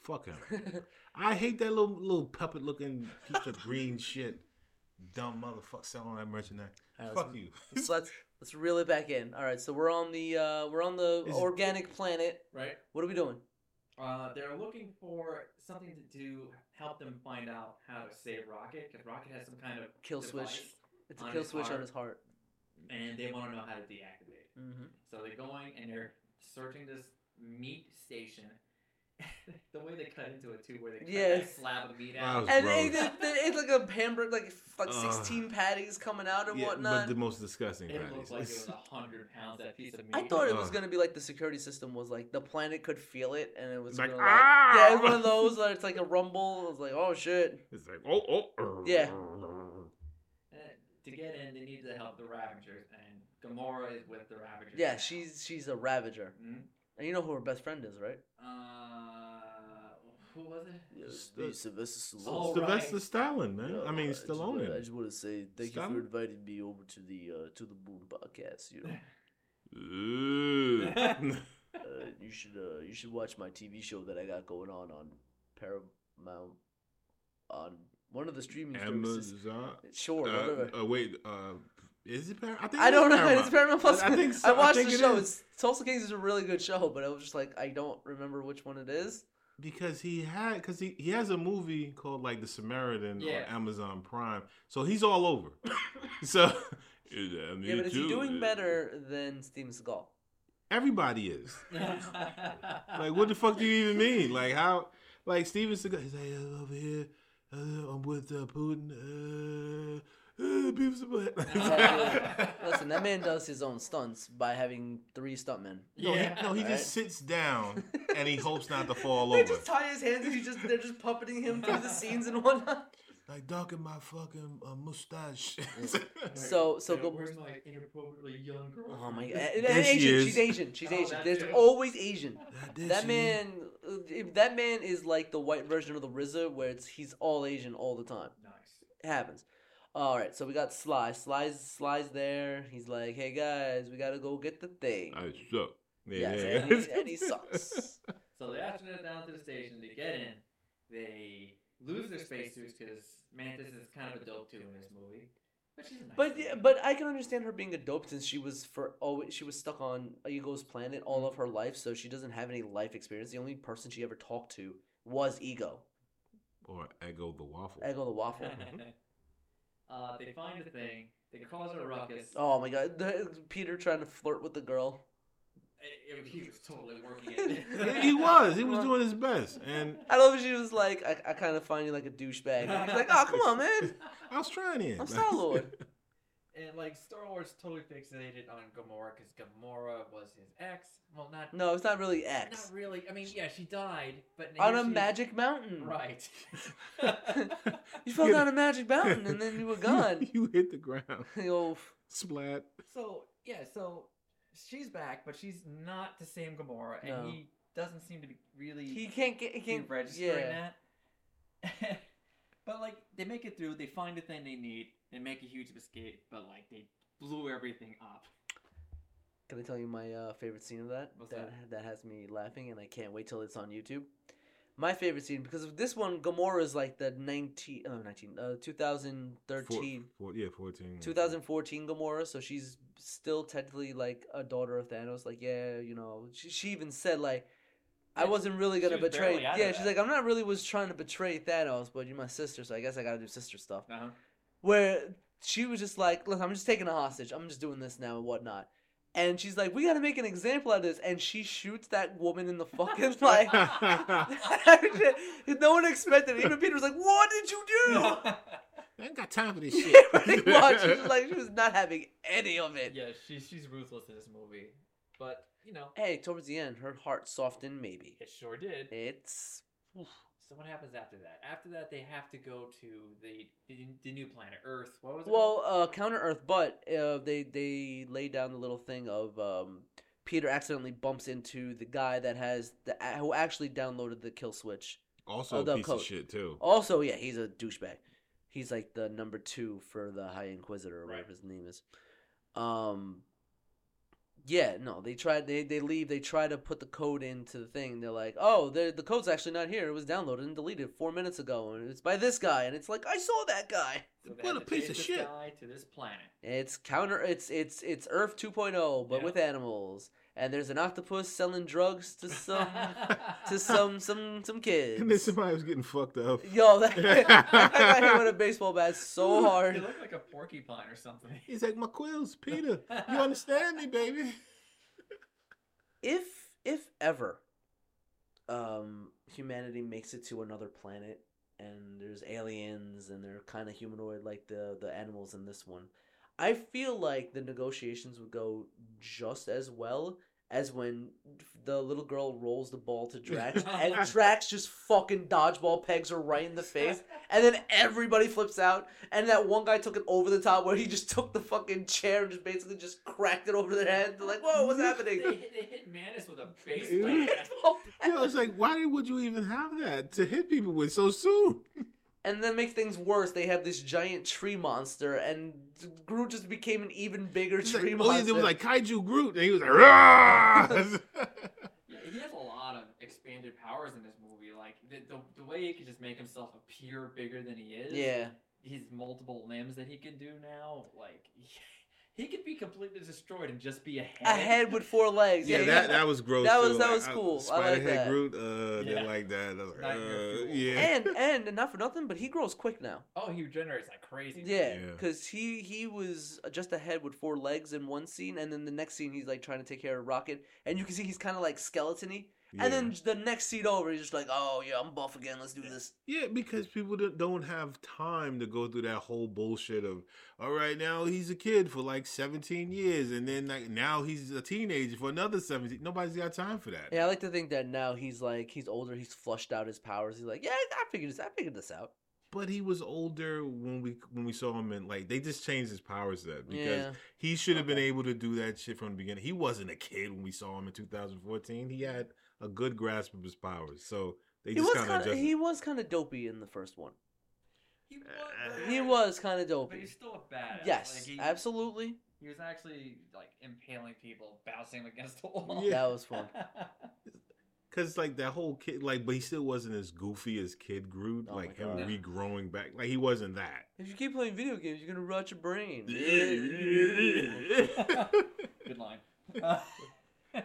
Fuck him. [LAUGHS] I hate that little little puppet looking piece of green shit. Dumb motherfucker selling that merchandise. All right, Fuck let's- you. So let's let's reel it back in. All right, so we're on the uh, we're on the Is- organic planet. Right. What are we doing? Uh, they're looking for something to do, help them find out how to save Rocket, because Rocket has some kind of Kill device, switch. It's a On kill his switch on heart. his heart. and they want to know how to deactivate it. hmm Mm-hmm. So they're going and they're searching this meat station. [LAUGHS] the way they cut into it too, where they cut that Yes. slab of meat That out. was And gross. it, it, it's like a hamburger, like like Ugh. sixteen patties coming out and Yeah, whatnot. but the most disgusting It patties. looked like it [LAUGHS] was a hundred pounds that piece of meat. I thought it was Ugh. gonna be like the security system was like the planet could feel it, and it was Like, "Ah!" gonna, yeah, it's one of those where it's like a rumble. It's like oh shit. It's like, oh, oh. Yeah. Uh, to get in, they need to help the Ravagers, and Gamora is with the Ravagers. Yeah, now. she's she's a ravager, Hmm? and you know who her best friend is, right? Uh, who was it? St- Sylvester Stallone. All right. Sylvester Stallone, man. I mean, Stallone. I just want to say thank you for Stallone? inviting me over to the uh, to the Boom podcast. You know, [LAUGHS] [LAUGHS] Ooh. uh, you should uh, you should watch my TV show that I got going on on Paramount on one of the streaming services. Amazon. Sure, Uh, whatever. uh, wait, uh, is it uh, Paramount? think I it don't is know. It's Paramount Plus. I- I, I think so. I watched think the it show. is. It's Tulsa Kings is a really good show, but I was just like, I don't remember which one it is. Because he had, because he, he has a movie called like The Samaritan Yeah. on Amazon Prime, so he's [LAUGHS] all over. so [LAUGHS] yeah, me yeah, but is he too. doing better than Steven Seagal? Everybody is. [LAUGHS] Oh, Like, what the fuck do you [LAUGHS] even mean? Like, how? Like, Steven Seagal, he's like, "Uh, over here, uh, I'm with uh, Putin. Uh, uh, beefs and [LAUGHS] butt." Exactly. Listen, that man does his own stunts by having three stuntmen. no, [LAUGHS] [LAUGHS] Yeah. he, no, he Right. just sits down [LAUGHS] [LAUGHS] and he hopes not to fall They over. just tie his hands and he just they're just puppeting him through the scenes and whatnot. like darken my fucking uh, mustache. [LAUGHS] So so Yeah, go. where's my inappropriately young girl? Oh [LAUGHS] my god! god. And- and she Asian. is. She's Asian. She's Oh, Asian. that There's too. always Asian. did That she. man, uh, if that man is like the white version of the RZA, where it's he's all Asian all the time. Nice. It happens. All right, so we got Sly. Sly's Sly's there. He's like, "Hey guys, we gotta go get the thing." I suck. Yeah, yes, yeah. And, he, and [LAUGHS] he sucks. So they astronaut down to the station. They get in. They lose their spacesuits because Mantis is kind of a dope too in this movie. But she's a nice. But [LAUGHS] lady. yeah, but I can understand her being a dope since she was for always she was stuck on Ego's planet all of her life, so she doesn't have any life experience. The only person she ever talked to was Ego, or Ego the waffle. Ego the [LAUGHS] Waffle. [LAUGHS] uh, they find the thing. They cause a ruckus. oh my God, the, Peter trying to flirt with the girl. I- I- he was totally working [LAUGHS] it. [LAUGHS] [LAUGHS] Yeah, he was. He was doing his best, and I love when she was like, I, I kind of find you like a douchebag. She's like, oh, come on, man. [LAUGHS] I was trying [LAUGHS] it. I'm Star-Lord. And like Star Wars totally fixated on Gamora because Gamora was his ex. Well, not No, it's not really not X. really. I mean, yeah, she died, but now On here a she is- magic mountain. right. [LAUGHS] [LAUGHS] You fell down a magic mountain and then you were gone. you hit the ground. [LAUGHS] oh, Splat. so yeah, so she's back, but she's not the same Gamora, and No. he doesn't seem to be really he can't get. He be can't registering yeah. that. [LAUGHS] but like they make it through, they find the thing they need, they make a huge mistake, but like they blew everything up. Can I tell you my uh, favorite scene of that? What's that? That has me laughing, and I can't wait till it's on YouTube. My favorite scene because of this one, Gamora is like the nineteen, oh, 19 uh, 2013, Four, four, yeah, 14. 2014 Gamora. So she's still technically like a daughter of Thanos. Like, yeah, you know, she, she even said like, I Yeah, wasn't really gonna she was betray. barely out of Yeah, she's that. like, I'm not really was trying to betray Thanos, but you're my sister, so I guess I gotta do sister stuff Uh-huh. where she was just like, "Look, I'm just taking a hostage. I'm just doing this now and whatnot." And she's like, "We got to make an example out of this," and she shoots that woman in the [LAUGHS] fucking [LAUGHS] like. [LAUGHS] no one expected it. Even Peter was like, "What did you [LAUGHS] do?" I ain't got time [LAUGHS] for this yeah, shit. pretty much. She was like, she was not having any of it. yeah, she's she's ruthless in this movie, but you know Hey, towards the end, her heart softened. Maybe it sure did. it's So what happens after that? After that, they have to go to the the, the new planet Earth. What was it? well, uh, Counter Earth, but uh, they they lay down the little thing of um, Peter accidentally bumps into the guy that has the who actually downloaded the kill switch. [LAUGHS] also Oh, a the piece coat. of shit, too. Also, yeah, he's a douchebag. He's like the number two for the High Inquisitor or Right. whatever his name is. Um, yeah, no, they try. They they leave. They try to put the code into the thing. They're like, oh, the the code's actually not here. It was downloaded and deleted four minutes ago, and it's by this guy. And it's like, I saw that guy. So they what had a to piece take of this shit. Guy to this planet. It's counter. It's it's it's Earth 2.0, but Yeah. with animals. And there's an octopus selling drugs to [LAUGHS] some to some some some kids. And then somebody was getting [LAUGHS] fucked up. Yo, that, that guy hit with a baseball bat so He hard. looked like a porcupine or something. He's like, my quills, Peter. You understand me, baby? If if ever, um, humanity makes it to another planet and there's aliens and they're kind of humanoid like the the animals in this one, I feel like the negotiations would go just as well as when the little girl rolls the ball to Drax and Drax just fucking dodgeball pegs her right [LAUGHS] in the face. And then everybody flips out. And that one guy took it over the top where he just took the fucking chair and just basically just cracked it over their head. They're like, whoa, what's [LAUGHS] They happening? hit, they hit Manus with a Ew. baseball. bat. You know, it's like, why did- would you even have that to hit people with so soon? and then make things worse, they have this giant tree monster, and Groot just became an even bigger It's tree like, all he monster. did was like kaiju Groot, and he [LAUGHS] was like, "Rah!" [LAUGHS] Yeah, he has a lot of expanded powers in this movie. Like the, the, the way he can just make himself appear bigger than he is. yeah. His multiple limbs that he can do now. Like [LAUGHS] he could be completely destroyed and just be a head. A head with four legs. yeah, that that was gross. That was- too. that Like, was I- cool. I like Spiderhead that. Groot, uh, did Yeah. like that. I was like, Nightmare uh, fuel. yeah. and and not for nothing, but he grows quick now. Oh, he regenerates like crazy. Yeah, Yeah. because he he was just a head with four legs in one scene, and then the next scene he's like trying to take care of Rocket, and you can see he's kind of like skeletony. Yeah. And then the next scene over, he's just like, "Oh yeah, I'm buff again. Let's do this." yeah, because people don't- don't have time to go through that whole bullshit of, all right, now he's a kid for like 17 years, and then like now he's a teenager for another 17. Nobody's got time for that. Yeah, I like to think that now he's like he's older, he's flushed out his powers. He's like, "Yeah, I I figured this. I figured this out." But he was older when we when we saw him, and like they just changed his powers up because yeah. he should have been able to do that shit from the beginning. He wasn't a kid when we saw him in 2014. He had a good grasp of his powers, so they He just was kind of kind of adjusted. he was kind of dopey in the first one. He was, Uh, [SIGHS] He was kind of but dopey. he's still a badass. Yes, like, he, [LAUGHS] absolutely. He was actually like impaling people, bouncing against the wall. Yeah. That was fun. Cause like that whole kid, like, but he still wasn't as goofy as Kid Groot, Oh my like him God. regrowing back. Like he wasn't [LAUGHS] that. If you keep playing video games, you're gonna rot your brain. [LAUGHS] [LAUGHS] Good line.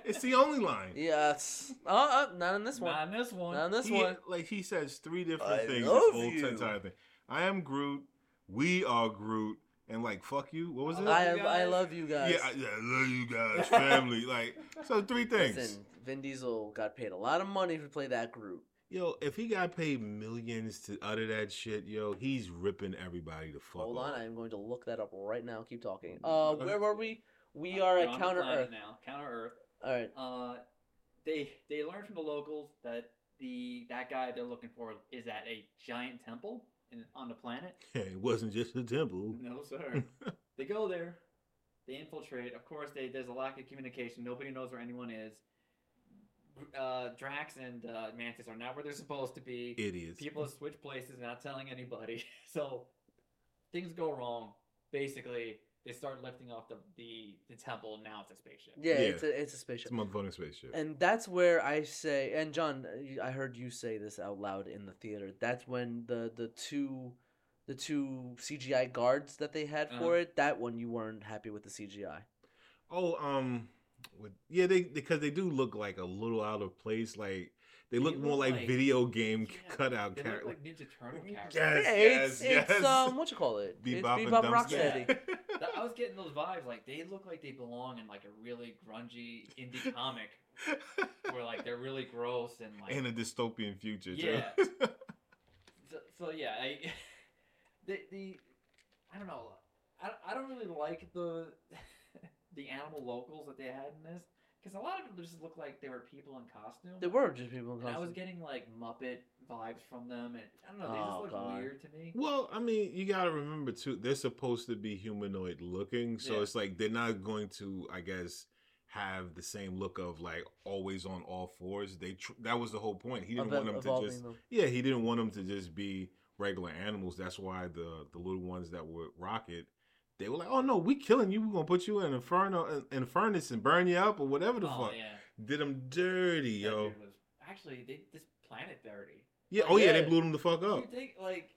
it's the only line. Yeah, it's, uh, uh, not in this one. Not in this one. Not in this He- one. like he says three different I things. love this whole you. entire thing. I am Groot. We are Groot. And like fuck you. What was it? I you am, I guys. love you guys. yeah, uh, I, yeah, I love you guys, family. like [LAUGHS] so three things. Listen, Vin Diesel got paid a lot of money to play that group. Yo, if he got paid millions to utter that shit, yo, he's ripping everybody to fuck. Hold off. on, I am going to look that up right now. Keep talking. Uh, Mm-hmm. where were we? We are We're at on the Counter planet Earth. now. Counter Earth. All right. Uh, they they learned from the locals that the that guy they're looking for is at a giant temple in, on the planet. [LAUGHS] it wasn't just a temple. No [LAUGHS] sir. they go there. They infiltrate. Of course, they there's a lack of communication. Nobody knows where anyone is. Uh, Drax and uh, Mantis are not where they're supposed to be. Idiots. People have switched places, not telling anybody. [LAUGHS] So things go wrong. Basically, they start lifting off the the, the temple. and Now it's a spaceship. Yeah, Yeah. it's a it's a It's spaceship. a motherfucking spaceship. And that's where I say, and John, uh, I heard you say this out loud in the theater. That's when the the two, the two CGI guards that they had for Mm. it. That one you weren't happy with the CGI. Oh, um, with, yeah, they because they do look like a little out of place. Like they They look more look like, like- video game c- yeah, [LAUGHS] cutout They look characters. like Ninja Turtle Yes, characters. Yeah, it's yes, it's yes. um what you call it? Bebop it's and Bebop Dumpster. Rocksteady. [LAUGHS] That- I was getting those vibes. Like they look like they belong in like a really grungy indie comic where like they're really gross and like In a dystopian future, too. Yeah. [LAUGHS] so, so yeah, I [LAUGHS] the the I don't know. I, I don't really like the [LAUGHS] the animal locals that they had in this because a lot of them just looked like they were people in costume. They were just people. in And I was costume. getting like Muppet vibes from them, and I don't know. They Oh, just look God. weird to me. Well, I mean, you gotta remember too, they're supposed to be humanoid looking, so Yeah. it's like they're not going to, I guess, have the same look of like always on all fours. They tr- that was the whole point. He didn't Evol- want them to evolving just them. Yeah, he didn't want them to just be regular animals. That's why the the little ones that were Rocket, they were like, "Oh no, we killing you. We're gonna put you in inferno, in, in a furnace and burn you up or whatever the oh fuck." yeah, Did them dirty, That yo. dude was, actually they, this planet dirty. Yeah. Oh yeah, Yeah. they blew them the fuck up, You think like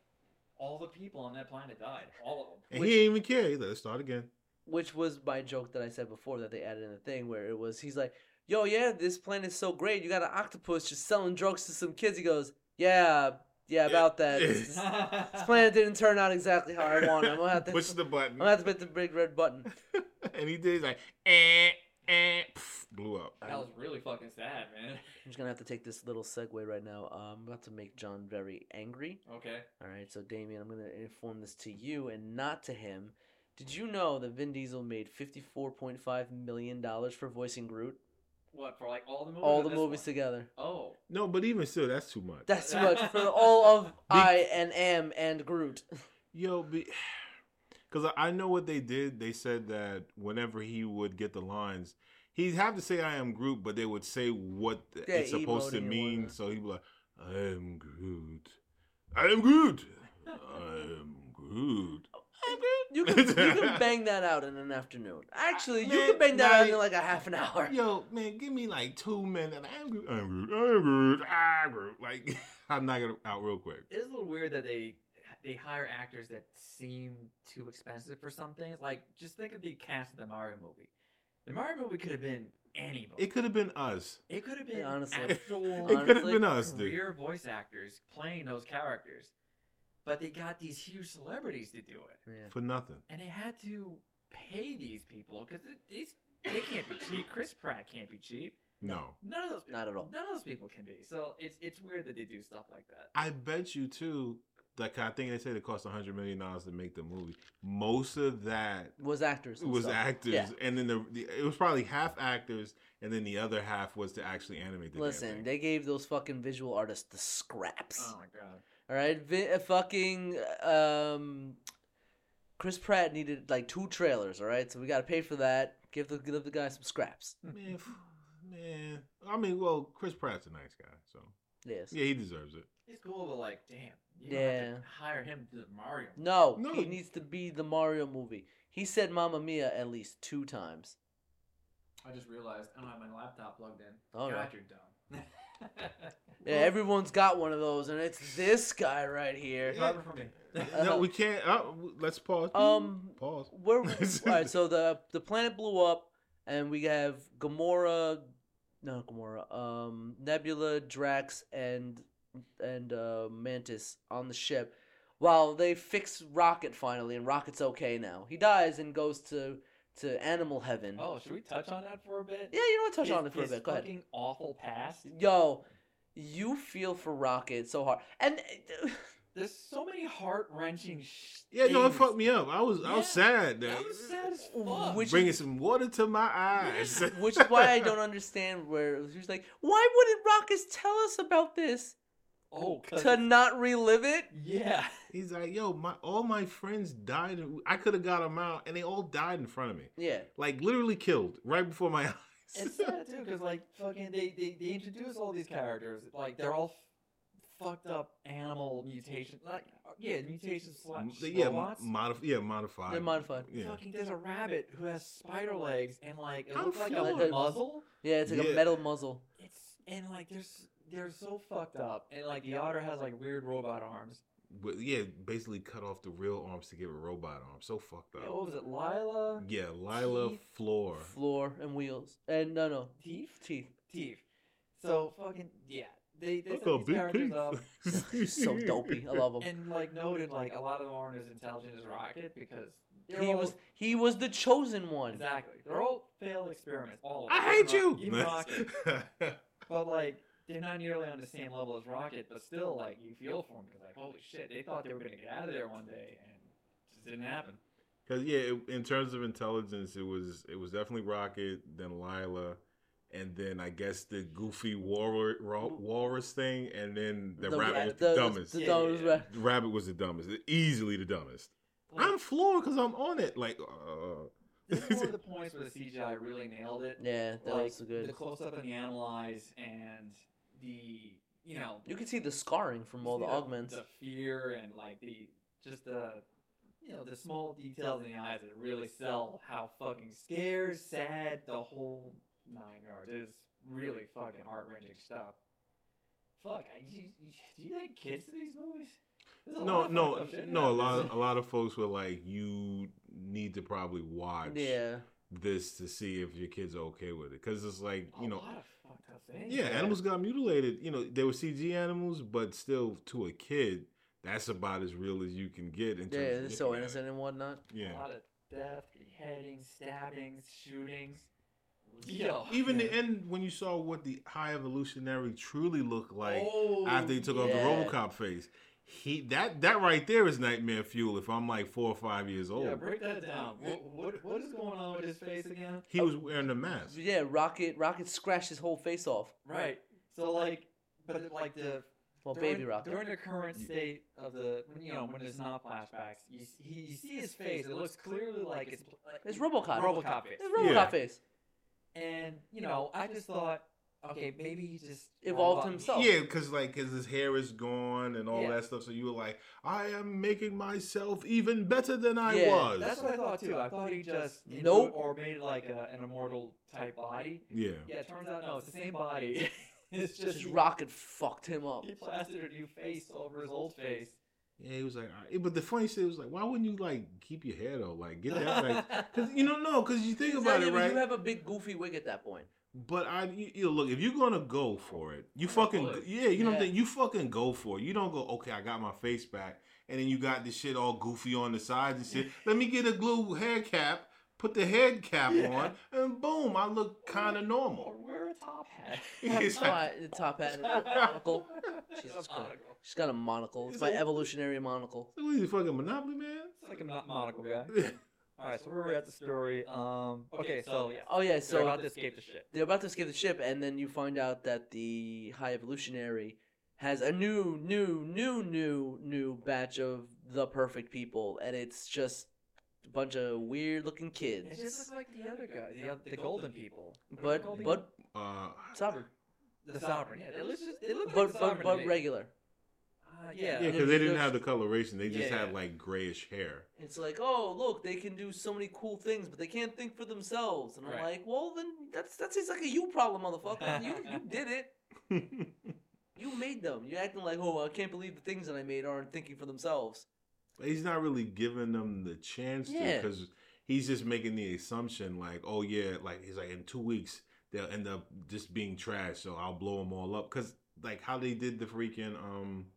all the people on that planet died, all of and them. Which- he didn't even care. He's like, "Let's start again." which was my joke that I said before that they added in the thing where it was he's like, "Yo, yeah, this plan is so great. You got an octopus just selling drugs to some kids." He goes, "Yeah, yeah, about [LAUGHS] that. This, this planet didn't turn out exactly how I want. I'm gonna [LAUGHS] have to, Push the I'm button, gonna have to hit the big red button." [LAUGHS] and he did. He's like, eh, eh, pff, blew up. [LAUGHS] that was really fucking sad, man. I'm just gonna have to take this little segue right now. Uh, I'm about to make John very angry. Okay. All right, so Damien, I'm gonna inform this to you and not to him. Did you know that Vin Diesel made 54.5 million dollars for voicing Groot? What for? Like all the movies. All or the this movies one? together. Oh, No, but even still, that's too much. That's too much for all of Be- I and am and Groot. Yo, [SIGHS] because I I know what they did. They said that whenever he would get the lines, he'd have to say "I am Groot," but they would say what th- Yeah, it's supposed to emoting or mean. whatnot. So he'd be like, "I am Groot. I am Groot. I am [LAUGHS] Groot." You can, you [LAUGHS] can bang that out in an afternoon. Actually, you can bang that out in like a half an hour. e- Yo, man, give me like two minutes. I am Groot. I am Groot. I am Groot. I am Groot. Like [LAUGHS] I'm not gonna out real quick. it is a little weird that they they hire actors that seem too expensive for some things. Like just think of the cast of the Mario movie. The Mario movie could have been anybody. It could have been us. It could have been Yeah, honestly. actual It could have Honestly, been us, dude. career voice actors playing those characters, but they got these huge celebrities to do it, Yeah. For nothing. and they had to pay these people because these they can't be cheap. Chris Pratt can't be cheap. No. None of those Not at all. None of those people can be. So it's it's weird that they do stuff like that. I bet you too. Like I think they said it cost hundred million dollars to make the movie. Most of that Was actors. and was stuff. actors, Yeah. and then the, the it was probably half actors, and then the other half was to actually animate the. damn Listen, thing. they gave those fucking visual artists the scraps. Oh my god. All right, Vin, uh, fucking um, Chris Pratt needed like two trailers. All right, so we got to pay for that. Give the give the guy some scraps. Man, f- man. I mean, well, Chris Pratt's a nice guy, so Yes. yeah, he deserves it. He's cool, but like, damn. you don't have to Yeah. hire him to Mario. No, No. he needs to be the Mario movie. He said Mamma Mia at least two times. I just realized I don't have my laptop plugged in. Oh, no. God, you're dumb. [LAUGHS] Yeah, everyone's got one of those, and it's this guy right here. Yeah. Cover for me. [LAUGHS] no, we can't. Uh, w- let's pause. Um, pause. Where, all [LAUGHS] right, so the the planet blew up, and we have Gamora, no Gamora, um, Nebula, Drax, and and uh, Mantis on the ship. While they fix Rocket finally, and Rocket's okay now. He dies and goes to to animal heaven. Oh, should we touch on that for a bit? Yeah, you don't touch His- on it for a his bit. Go ahead. fucking awful past. Yo, you feel for Rocket so hard, and There's so many heart wrenching. Sh- Yeah, no, it things. fucked me up. I was, I was sad. That That, was sad as fuck. Which- bringing some water to my eyes. [LAUGHS] which is why I [LAUGHS] don't understand where she was like, why wouldn't Rockets tell us about this oh, 'cause to it's- not relive it? yeah. He's like, yo, my all my friends died. in- I could have got them out, and they all died in front of me. Yeah, Like literally killed right before my [LAUGHS] eyes. [LAUGHS] [LAUGHS] It's sad too, because like fucking they, they they introduce all these characters, like they're all f- fucked up animal mutation, like yeah, mutations slash M- yeah, robots. modif- yeah, modified. they're modified. Yeah. Fucking, there's a rabbit who has spider legs and like it I'm looks like floored. a muzzle. Yeah, it's like Yeah. a metal muzzle. It's and like there's they're so fucked up, and like the otter has like weird robot arms. But yeah, basically cut off the real arms to give a robot arm. So fucked Yeah, up. what was it, Lila? Yeah, Lila Teeth. Floor. Floor and wheels. And no, no, Teeth? teeth. [LAUGHS] Teeth. So fucking yeah, they they Look set how these characters up. big [LAUGHS] teeth. so dopey. I love him. And like noted, like a lot of them aren't as intelligent as Rocket because they're He all- was he was the chosen one. exactly they're all failed experiments. All of them. I hate Even you. Rocket- Even Rocket, [LAUGHS] but like they're not nearly on the same level as Rocket, but still like you feel for them because like holy shit, they thought they were gonna get out of there one day and it just didn't happen. Because yeah, it, in terms of intelligence, it was it was definitely Rocket, then Lila, and then I guess the goofy walrus, walrus thing, and then the, rabbit was the, dumbest. The Yeah, dumbest yeah, yeah. ra- The rabbit was the dumbest, easily the dumbest. Like, I'm floored because I'm on it. Like, uh, this is one [LAUGHS] of the points where the CGI really nailed it. Yeah, that like was so good. the close up and the animal eyes and the you know You can see the scarring from just all the the- augments. the fear and like the just the you know the small details in the eyes that really sell how fucking scared, sad, the whole nine yards It is really fucking heart wrenching stuff. Fuck, I, you, you, do you think kids to these movies? There's a lot no, of no, fucked up shit in no. A that lot, movie. a lot of folks were like, you need to probably watch Yeah, this to see if your kids are okay with it, because it's like, a you know, lot of fucked up things. Yeah, animals got mutilated. You know, they were CG animals, but still, to a kid, that's about as real as you can get. In terms yeah, of they're so looking at innocent and whatnot. it. A Yeah. lot of death, beheadings, stabbings, shootings. Yo. Even Yeah. the end when you saw what the high evolutionary truly looked like oh, after he took off yeah. the RoboCop face, he that that right there is nightmare fuel. If I'm like four or five years old, Yeah, break that down. What, what, what is going on with his face again? he was wearing a mask. Yeah, Rocket Rocket scratched his whole face off. Right. So like, but like the Well, during, baby Mm. Rocket. during the current state of the when, you know when there's not flashbacks, you, s- he, you see his face. It looks clearly like it's like, It's RoboCop. RoboCop face. It's RoboCop Yeah. face. And you know, I just thought, okay, maybe he just Evolved robot- himself. Yeah, because like, cause his hair is gone and all Yeah. that stuff. So you were like, I am making myself even better than I Yeah. was. That's what I thought too. I thought he just Nope. or made like a, an immortal type body. yeah. Yeah, it turns out no, it's the same body. [LAUGHS] it's just Just Rocket fucked him up. He plastered a new face over his old face. Yeah, he was like, all right. but the funny shit was like, why wouldn't you like keep your hair though? Like, get that [LAUGHS] like, cause you don't know, cause you think about Exactly, it, but right? You have a big goofy wig at that point. but I, you, you know, look, if you're gonna go for it, you fucking, Look. yeah, you know Yeah. what I'm saying? You fucking go for it. You don't go, okay, I got my face back, and then you got this shit all goofy on the sides and shit. Let me get a glue hair cap, put the head cap Yeah. on, and boom, I look kind of [LAUGHS] normal. [LAUGHS] Or wear a top hat. It's Oh, like- I- the top hat, [LAUGHS] and the [LAUGHS] monocle. Jesus Jesus Christ. She's got a monocle. It's It's my like- evolutionary monocle. What is it, fucking Monopoly man? [LAUGHS] Uh, It's like a mo- monocle guy. All right, so where are we at the story? Um. Okay, so yeah. Oh yeah, So so about to escape the ship. they're about to escape the ship, and then you find out that the high evolutionary has a new, new, new, new, new batch of the perfect people, and it's just a bunch of weird looking It kids. just looks like the other guy, the, Yeah, oth- the golden people, But Golden- but Uh, [LAUGHS] sovereign, the sovereign. Yeah, it looks just it looks like but the but sovereign but to me. regular. Ah, yeah. yeah, yeah, because they didn't have the coloration; they just Yeah. had like grayish hair. [LAUGHS] It's like, oh look, they can do so many cool things, but they can't think for themselves. And I'm Right. like, well then that's that's it's like a you problem, [LAUGHS] motherfucker. you you did it. You made them. You're acting like, oh, I can't believe the things that I made aren't thinking for themselves. he's not really giving them the chance to Yeah. because he's just making the assumption like oh yeah like he's like in two weeks they'll end up just being trash so i'll blow them all up because like how they did the freaking um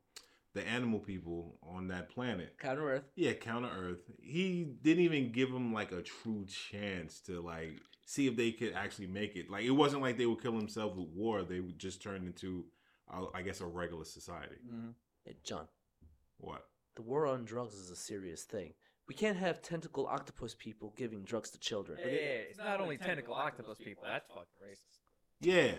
the animal people on that planet Counter Earth. yeah counter earth he didn't even give them like a true chance to like see if they could actually make it like it wasn't like they would kill themselves with war they would just turn into uh, i guess a regular society Mm-hmm. Hey, John, what the war on drugs is a serious thing. We can't have tentacle octopus people giving drugs to children. Yeah, yeah, yeah, It's not only tentacle octopus people. That's fucking racist. yeah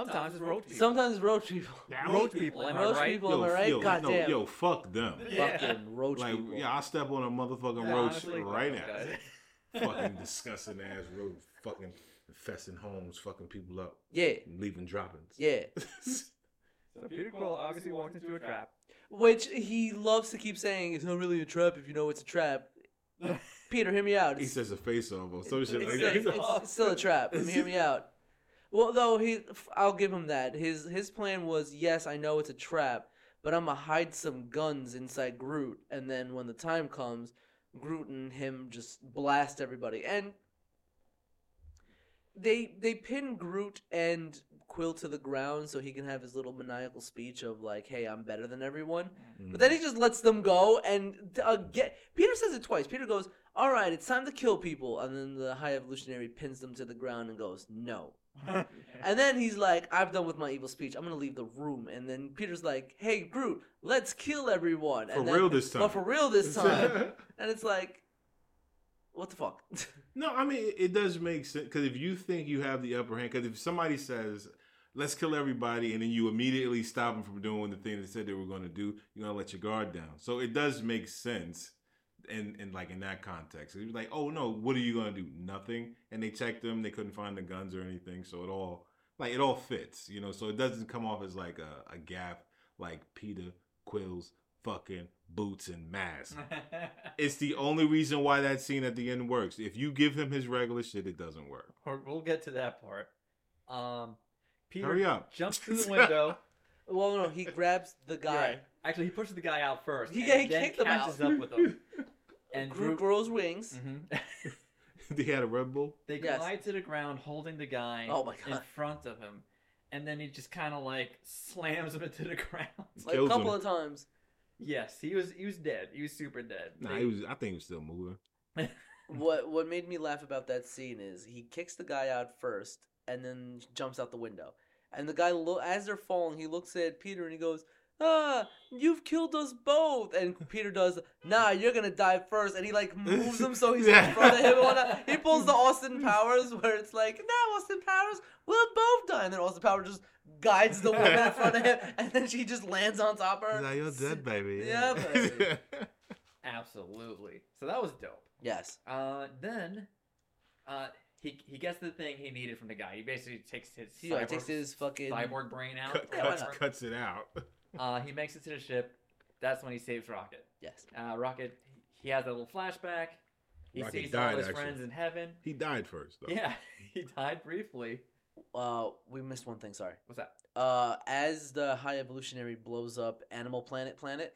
Sometimes it's roach people. Sometimes road people. roach people. Am I roach right? people, am I right? yo, God no, damn. yo, fuck them. Yeah. Fucking roach like, people. yeah, I'll step on a motherfucking Yeah, roach honestly, right fuck now. them [LAUGHS] fucking disgusting ass roach, fucking infesting homes, fucking people up, yeah. leaving droppings. Yeah. [LAUGHS] So Peter Quill obviously walked into a [LAUGHS] trap. Which he loves to keep saying, it's not really a trap if you know it's a [LAUGHS] trap. Peter, hear me out. [LAUGHS] he It's- says a face off or some shit It's, like [LAUGHS] it's- that. it's- it's still a trap. I mean, hear me out. Well, though he, f- I'll give him that. His his plan was, yes, I know it's a trap, but I'm gonna hide some guns inside Groot, and then when the time comes, Groot and him just blast everybody. And they they pin Groot and Quill to the ground so he can have his little maniacal speech of like, hey, I'm better than everyone. But then he just lets them go and uh, get. Peter says it twice. Peter goes, "All right, it's time to kill people," and then the high evolutionary pins them to the ground and goes, "No." [LAUGHS] and then he's like, "I've done with my evil speech. I'm gonna leave the room." And then Peter's like, "Hey, Groot, let's kill everyone." For and then- real this But time. for real [LAUGHS] this time. and it's like, what the fuck? [LAUGHS] No, I mean it- it does make sense because if you think you have the upper hand, because if somebody says "let's kill everybody" and then you immediately stop them from doing the thing they said they were going to do, you're gonna let your guard down. So it does make sense, in in like in that context, it was like, "Oh no, what are you gonna do? Nothing." And they checked them; they couldn't find the guns or anything. So it all like it all fits, you know. So it doesn't come off as like a, a gap, like Peter Quill's fucking boots and mask. It's the only reason why that scene at the end works. If you give him his regular shit, it doesn't work. Or we'll get to that part. Um, Peter Hurry up. [LAUGHS] jumps through the window. well, no, he grabs the You're guy. right. Actually, he pushes the guy out first. He- and yeah, he then kicked him out. catches up [LAUGHS] with him. [LAUGHS] And Groot Groot. grows wings. Mhm. they had a Red Bull. They Yes. glide to the ground, holding the guy Oh my in god! [LAUGHS] front of him, and then he just kind of like slams him [LAUGHS] into the ground. Like a kills couple him. of times. yes, he was he was dead. He was super dead. Nah, They- he was. I think he was still moving. What what made me laugh about that scene is he kicks the guy out first and then jumps out the window. And the guy lo- as they're falling, he looks at Peter and he goes, "Ah, you've killed us both." And Peter does, "Nah, you're going to die first. And he like moves him so [LAUGHS] he's Yeah. in front of him and whatnot. He pulls the Austin Powers where it's like, "Nah, Austin Powers, we'll both die." And then Austin Powers just guides the woman in front of [LAUGHS] him and then she just lands on top of her. baby. Yeah, [LAUGHS] baby. Absolutely. So that was dope. Yes. Uh, then, uh, he he gets the thing he needed from the guy. He basically takes his He like, cyborg- takes his fucking cyborg brain out. Cut, why or cuts, not? whatever. cuts it out. [LAUGHS] Uh, he makes it to the ship. That's when he saves Rocket. Yes. Uh, Rocket, he has that little flashback. He Rocket sees died, all his actually. friends in heaven. He died first though. Yeah, [LAUGHS] he died briefly. Uh we missed one thing, sorry. What's that? uh, as the High Evolutionary blows up Animal Planet Planet,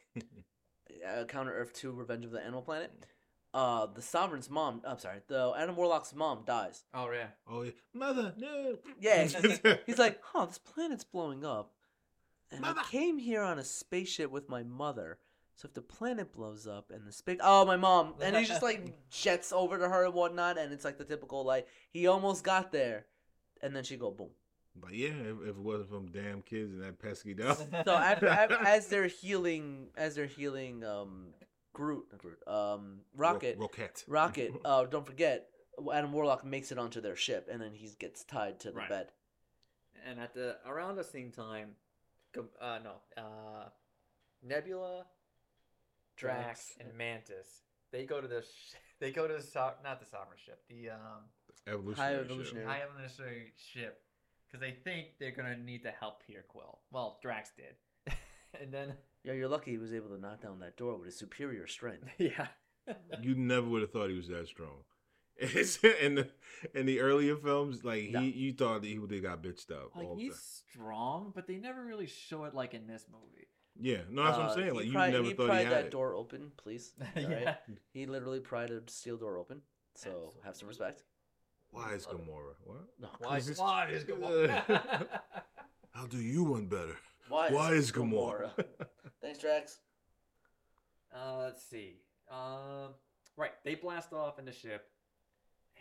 uh, Counter Earth Two: Revenge of the Animal Planet, uh, the Sovereign's mom. I'm sorry, the Adam Warlock's mom dies. Oh yeah. Oh, yeah. mother, no. [LAUGHS] Yeah, he's, he's like, "Huh, this planet's blowing up, and Mother. I came here on a spaceship with my mother." So if the planet blows up and the space, oh my mom, and he just like jets over to her and whatnot, and it's like the typical like he almost got there, and then she go boom. But yeah, if, if it wasn't from damn kids and that pesky dog. [LAUGHS] So [LAUGHS] after, af as they're healing, as they're healing, um, Groot, not Groot, um, [LAUGHS] Rocket, Ro- Rocket. [LAUGHS] Rocket. Uh, don't forget, Adam Warlock makes it onto their ship, and then he gets tied to the Right. bed. And at the around the same time, Gam- uh, no, uh, Nebula, Drax, Drax. and Mantis. They go to the sh- [LAUGHS] they go to the so- not the sovereign ship, the um, Evolutionary. High shit. evolutionary. high evolutionary ship, because they think they're gonna need to help Peter Quill. Well, Drax did, [LAUGHS] and then Yeah, you're lucky he was able to knock down that door with his superior strength. [LAUGHS] [LAUGHS] yeah, You never would have thought he was that strong. [LAUGHS] It's in the in the earlier films, like No. he, you thought that he would have got bitched up. like all the he's time. strong, but they never really show it like in this movie. Yeah, no, that's what Uh, I'm saying. Like he you pried, never he thought pried he had that it. door open, please. alright? [LAUGHS] yeah, He literally pried a steel door open. So have some respect. Why is Gamora? What? No, [LAUGHS] Why- Is this- why is [LAUGHS] Gamora? I'll do you one better. why, Why is Gamora? [LAUGHS] Thanks, Drax. Uh, let's see. Um, right, they blast off in the ship,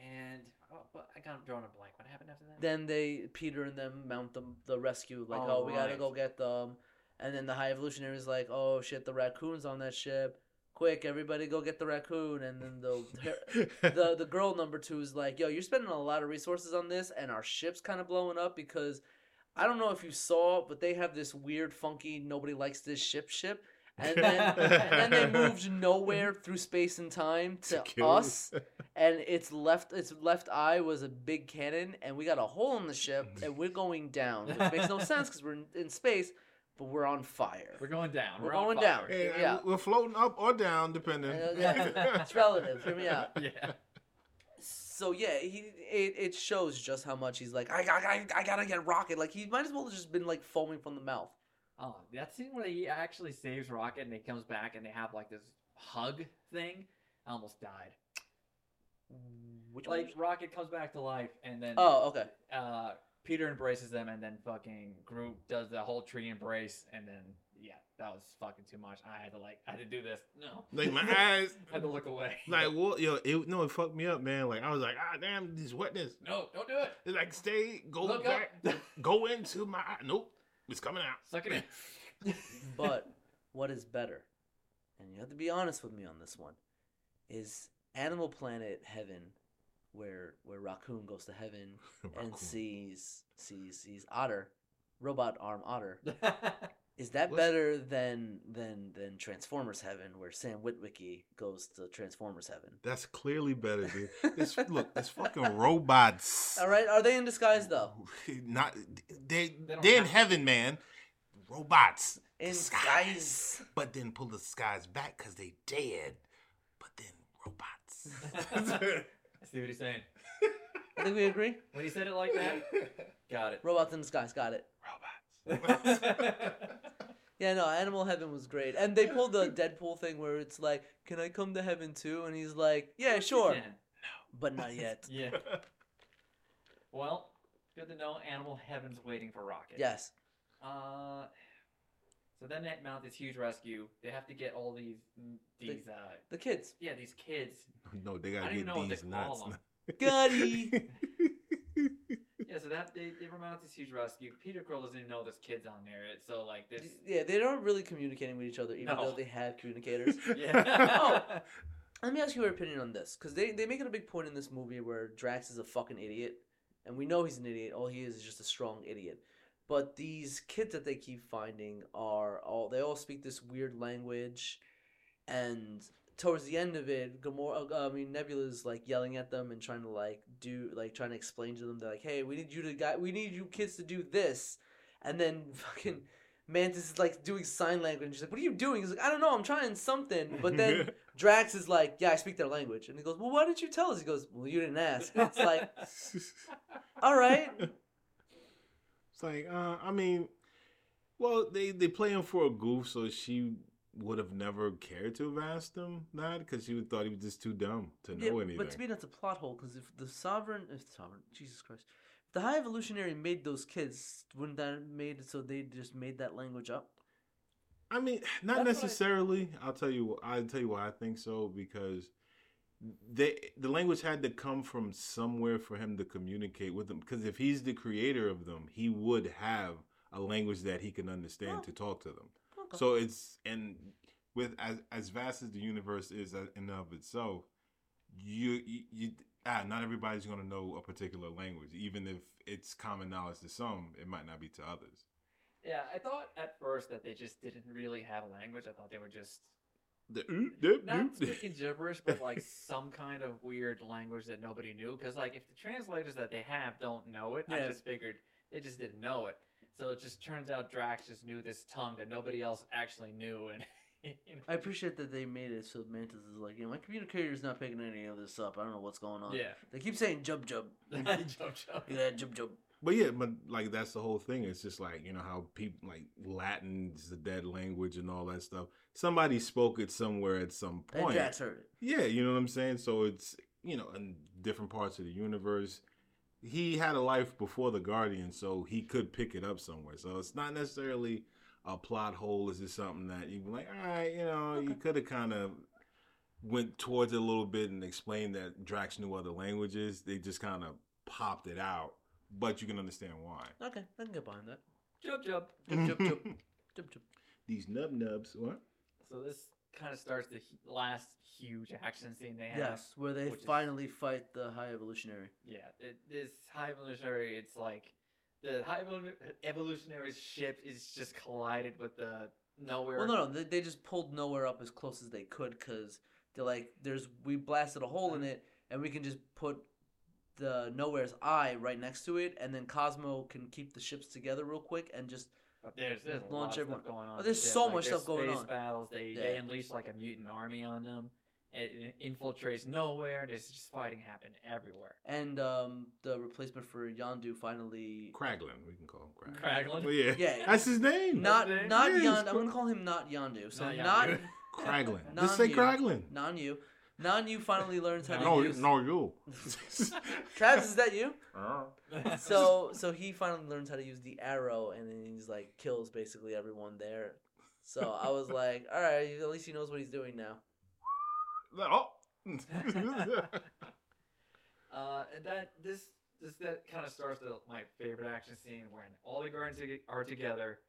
and oh, but I got drawn a blank. What happened after that? Then they, Peter and them, mount the, the rescue. Like, Oh, oh, we gotta right. go get them. And then the High Evolutionary is like, oh shit, the raccoon's on that ship. Quick, everybody go get the raccoon. And then [LAUGHS] [LAUGHS] the the the girl number two is like, yo, you're spending a lot of resources on this, and our ship's kind of blowing up because I don't know if you saw, but they have this weird, funky, nobody likes this ship ship, and [LAUGHS] then and [LAUGHS] then they moved nowhere through space and time to, kill us, and its left its left eye was a big cannon, and we got a hole in the ship, and we're going down, which makes no sense because we're in, in space, but we're on fire. We're going down. We're on going fire. down. Hey, I- Yeah. uh, We're floating up or down, depending. [LAUGHS] Yeah, it's relative, hear me out. [LAUGHS] Yeah. So yeah, he it, it shows just how much he's like I, I, I, I gotta get rocket. Like he might as well have just been like foaming from the mouth. Oh, that scene where he actually saves Rocket and he comes back and they have like this hug thing. I almost died. Which one Like was- Rocket comes back to life and then Oh, okay. uh, Peter embraces them and then fucking Groot does the whole tree embrace and then yeah, that was fucking too much. I had to like I had to do this. No. Like [LAUGHS] my eyes, [LAUGHS] I had to look away. like what? Yo, it no, it fucked me up, man. Like I was like, ah, damn, this wetness. no, don't do it. It's like stay, go Look back, up. go into my. eye. Nope, it's coming out. Suck it in. [LAUGHS] But [LAUGHS] what is better? And you have to be honest with me on this one. Is Animal Planet Heaven where where Raccoon goes to heaven [LAUGHS] and sees sees sees Otter, robot arm Otter. Is that What's- better than than than Transformers Heaven where Sam Witwicky goes to Transformers Heaven? That's clearly better, [LAUGHS] dude. This look, this fucking robots. All right, are they in disguise though? [LAUGHS] Not they. They don't are in have to. heaven, man. Robots, In Disguise. disguise. but then pull the skies back because they dead. But then robots. [LAUGHS] [LAUGHS] I see what he's saying. I think we agree. When he said it like that, [LAUGHS] got it. Robots in disguise. Got it. robots. Yeah, no, Animal Heaven was great. And they pulled the Deadpool thing where it's like, can I come to heaven too? And he's like, yeah, sure, but not yet. Yeah. Well, good to know Animal Heaven's waiting for Rocket. Yes. Uh, so then they mount this huge rescue. They have to get all these these uh The [LAUGHS] kids. yeah these kids. no, they I gotta don't even get know what they these nuts. call Goody. [LAUGHS] [LAUGHS] Yeah, so that they they mount this huge rescue. Peter Quill doesn't even know there's kids on there. It's so like this. yeah, they aren't really communicating with each other, even No. though they have communicators. Yeah. Let me ask you your opinion on this, because they, they make it a big point in this movie where Drax is a fucking idiot, and we know he's an idiot. All he is is just a strong idiot. But these kids that they keep finding are all they all speak this weird language, and towards the end of it, Gamora, uh, I mean Nebula's like yelling at them and trying to like do like trying to explain to them. They're like, "Hey, we need you to guy, we need you kids to do this," and then fucking. Mantis is like doing sign language. She's like, "What are you doing?" He's like, "I don't know. I'm trying something." But then Drax is like, yeah, I speak their language, and he goes, well, why didn't you tell us? He goes, well, you didn't ask. It's [LAUGHS] like, all right, It's like, uh, I mean, well, they they play him for a goof, so she would have never cared to have asked him that because she would thought he was just too dumb to know yeah, anything. but to me that's a plot hole because if the sovereign, if the sovereign, Jesus Christ, if the High Evolutionary made those kids, wouldn't that have made it so they just made that language up? I mean, [SIGHS] not That's what I- necessarily. I'll tell you. I'll tell you why I think so because they the language had to come from somewhere for him to communicate with them. Because if he's the creator of them, he would have a language that he can understand Oh. to talk to them. Okay. So it's and with as as vast as the universe is in and of itself, you you, you ah, not everybody's going to know a particular language. Even if it's common knowledge to some, it might not be to others. Yeah, I thought at first that they just didn't really have language. I thought they were just The, mm. oop, doop, not doop. speaking gibberish, [LAUGHS] but like some kind of weird language that nobody knew. Because like if the translators that they have don't know it, Yeah. I just figured they just didn't know it. So it just turns out Drax just knew this tongue that nobody else actually knew, and [LAUGHS] you know. I appreciate that they made it so Mantis is like, you know, my communicator's not picking any of this up. I don't know what's going on. [LAUGHS] yeah, [LAUGHS] They keep saying jub jub. jump, jump. yeah, jub jub. [LAUGHS] But yeah, but like that's the whole thing. It's just like you know how people like Latin's the dead language and all that stuff. Somebody spoke it somewhere at some And point. Jax heard it. Yeah, you know what I'm saying. So it's you know in different parts of the universe. He had a life before the Guardian, so he could pick it up somewhere. So it's not necessarily a plot hole. Is it something that you be like, all right, you know, you could have kind of went towards it a little bit and explained that Drax knew other languages. They just kind of popped it out, but you can understand why. Okay, I can get behind [LAUGHS] that. jump, jump. Jub jub jub. jub jub. These nub nubs. What? So this kind of starts the hu- last huge action scene they have. Yes, where they Which is- finally fight the High Evolutionary. Yeah, it, this high evolutionary, it's like the high evolu- evolutionary ship is just collided with the nowhere. Well, no, no, they, they just pulled nowhere up as close as they could because they're like, there's we blasted a hole in it, and we can just put the nowhere's eye right next to it, and then Cosmo can keep the ships together real quick and just But there's there's a Launch lot of everyone. stuff going on. Oh, there's ship. so Like, much there's stuff going space on. Battles. They they Yeah. unleash like a mutant army on them. It, it infiltrates nowhere. There's just fighting happening everywhere. and um the replacement for Yondu finally. Craglin. We can call him Craglin. Kraglin. Well, yeah. [LAUGHS] Yeah. That's his name. Not What's his name? not Yeah, it's Yondu. I'm cool. gonna call him not Yondu. So Not Yondu. not [LAUGHS] Craglin. Not Just say you. Craglin. non you, non you finally learns how to No, use. no, you. [LAUGHS] Travis, is that you? [LAUGHS] [LAUGHS] so so so he finally learns how to use the arrow and then he's like kills basically everyone there so i [LAUGHS] was like all right at least he knows what he's doing now oh. uh, and that this this that kind of starts the, my favorite action scene when all the guardians are- are together.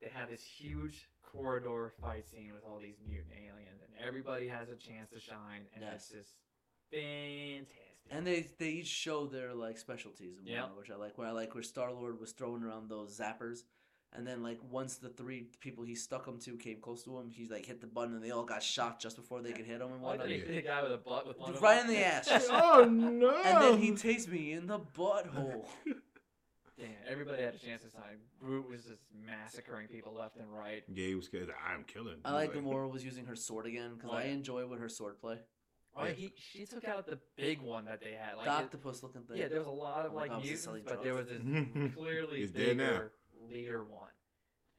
They have this huge corridor fight scene with all these mutant aliens, and everybody has a chance to shine, and Yes. it's just fantastic. and they they each show their like specialties and Yeah. whatnot, which i like where i like where star lord was throwing around those zappers and then like once the three people he stuck them to came close to him he like hit the button and they all got shocked just before they could hit him and Why whatnot did he Yeah. hit a guy with a butt with one of Right them? in the ass. [LAUGHS] [LAUGHS] oh no! and then he takes me in the [LAUGHS] butthole Damn, everybody had a chance this time. Groot was just massacring people left and right. yeah, he was good. I'm killing. i like gamora was using her sword again because Oh, i yeah. enjoy when her sword play Oh, Yeah. he she took out the big one that they had. Like the it- octopus looking thing yeah, there was a lot of Oh my like God, was it mutants, selling but there was drugs? [LAUGHS] this like. clearly He's bigger dead now. leader one,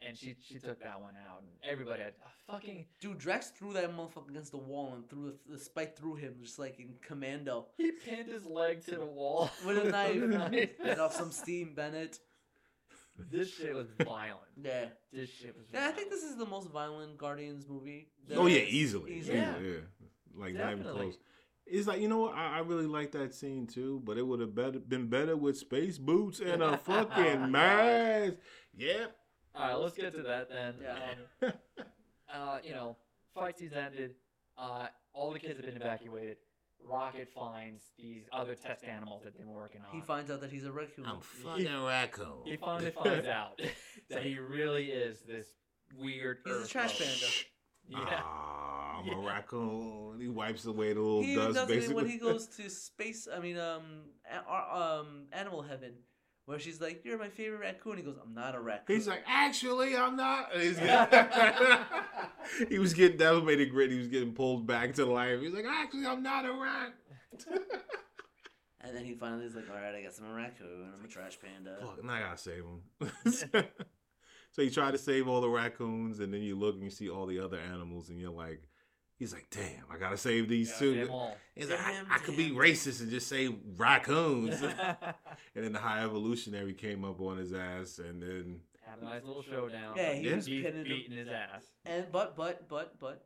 and she she took that one out, and everybody had a fucking Dude, Drax threw that motherfucker against the wall and threw the, the spike through him, just like in Commando. he pinned his leg to [LAUGHS] the wall With [LAUGHS] a knife. knife. Let off some steam, Bennett. This shit was violent. Yeah. This shit was. yeah. I Violent. think this is the most violent Guardians movie. there oh yeah, is. easily. easily. Easily. Yeah. Yeah. Like not even Definitely. close. It's like you know what? I, I really like that scene too, but it would have better been better with space boots and a [LAUGHS] Oh, fucking mask. Yep. All right, let's get to that then. Yeah. [LAUGHS] Um, uh, you know, fight scenes ended. Uh, all the kids have been evacuated. Rocket finds these other test animals that they've been working on. He finds out that he's a raccoon. raccoon. He [LAUGHS] finally finds out [LAUGHS] that he really is this weird. He's a Earth trash folk. panda. [LAUGHS] Yeah. Ah, I'm a Yeah. raccoon. He wipes away the little he even dust, does it basically. [LAUGHS] when he goes to space. I mean, um, a- uh, um, animal heaven, where she's like, "You're my favorite raccoon." He goes, "I'm not a raccoon." He's like, actually, I'm not. [LAUGHS] And he's getting- [LAUGHS] he was getting that made it great. He was getting pulled back to life. He's like, actually, I'm not a rat. and then he finally is like, "All right, I guess I'm a raccoon. I'm a trash panda." Fuck, now I gotta save him. [LAUGHS] so you try to save all the raccoons, and then you look and you see all the other animals, and you're like, he's like, damn, I gotta save these Yeah, two. them [LAUGHS] all. He's like, I, Damn, I could be damn. racist and just say [LAUGHS] [LAUGHS] raccoons. and Have then the high evolutionary came up on his ass, and then a nice little showdown. Yeah, he Yeah. was He's pinning him. beating his ass. And but but but but,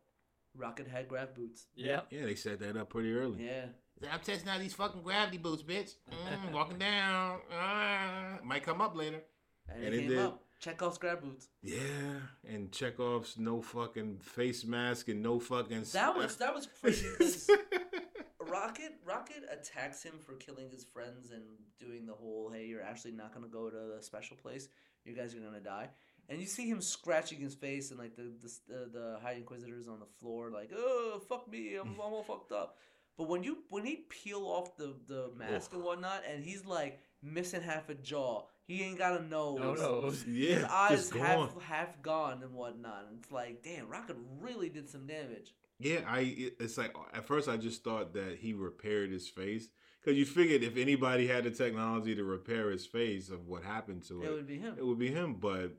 Rocket had grab boots. Yep. yeah, they set that up pretty early. Yeah. I'm testing out these fucking gravity boots, bitch. Mm, walking down. Ah, might come up later. And, And it it came did. up. Chekhov's grab boots. Yeah, and Chekhov's no fucking face mask and no fucking. That was that was [LAUGHS] crazy. 'cause Rocket Rocket attacks him for killing his friends and doing the whole "Hey, you're actually not gonna go to the special place. You guys are gonna die." and you see him scratching his face, and like the the s- the, the High Inquisitors on the floor, like, oh fuck me, I'm, I'm all fucked up. But when you when he peel off the the mask and whatnot, and he's like missing half a jaw, he ain't got a nose. No nose. Yeah, His eyes just gone. half half gone and whatnot. And it's like, damn, Rocket really did some damage. Yeah, I it- it's like at first I just thought that he repaired his face because you figured if anybody had the technology to repair his face of what happened to It it, would be him. it would be him. But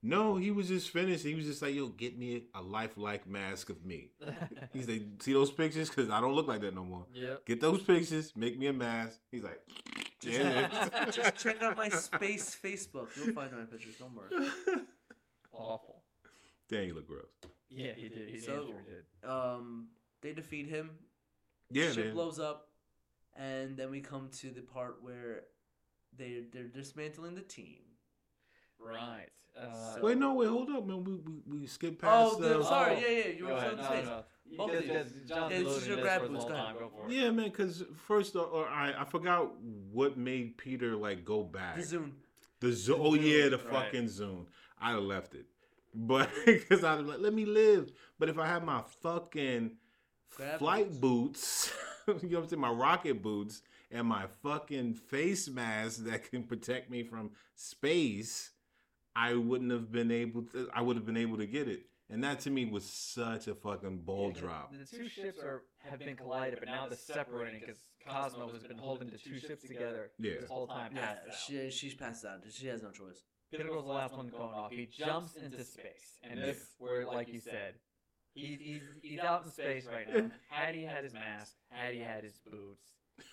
no, he was just finished. He was just like, "Yo, get me a lifelike mask of me." [LAUGHS] [LAUGHS] He's like, "See those pictures? Because I don't look like that no more. Yep. Get those pictures. Make me a mask." He's like, "Yeah." it is." Just check out [LAUGHS] my space Facebook. You'll find my pictures. Don't worry. Awful. Dang, you look gross. Yeah, he did. He So- sure did. Um, they defeat him. Yeah, Ship man. blows up, and then we come to the part where they they're dismantling the team. Right. Uh, So- Wait, no, wait, hold up, man. We we, we skipped past. oh, the, uh, sorry, oh, yeah, yeah, you go were ahead. on No, the space. no, no. You Both guys- of these. guys- John's John's Yeah, it's loaded just your this grab for the boots, whole go ahead. time. Go for it. Yeah, man, because first, uh, or I I forgot what made Peter like go back. The Zune. The zo- oh yeah, the Right. fucking Zoom. I left it, but [LAUGHS] because I was like, let me live. But if I had my fucking Grab flight boots, [LAUGHS] you know what I'm saying, my rocket boots, and my fucking face mask that can protect me from space, I wouldn't have been able. To, I would have been able to get it. And that to me was such a fucking ball Yeah, drop. The two ships are have been collided, but now they're separating because Cosmo has been holding the two ships together Yeah. this whole time. Yeah, passes out. she she passes out. She has no choice. Pinnacle's the last one going off. He jumps into space, and Yeah. this where, like you said, he's he's he's out in space right [LAUGHS] now. Had he had his mask, had he had his boots,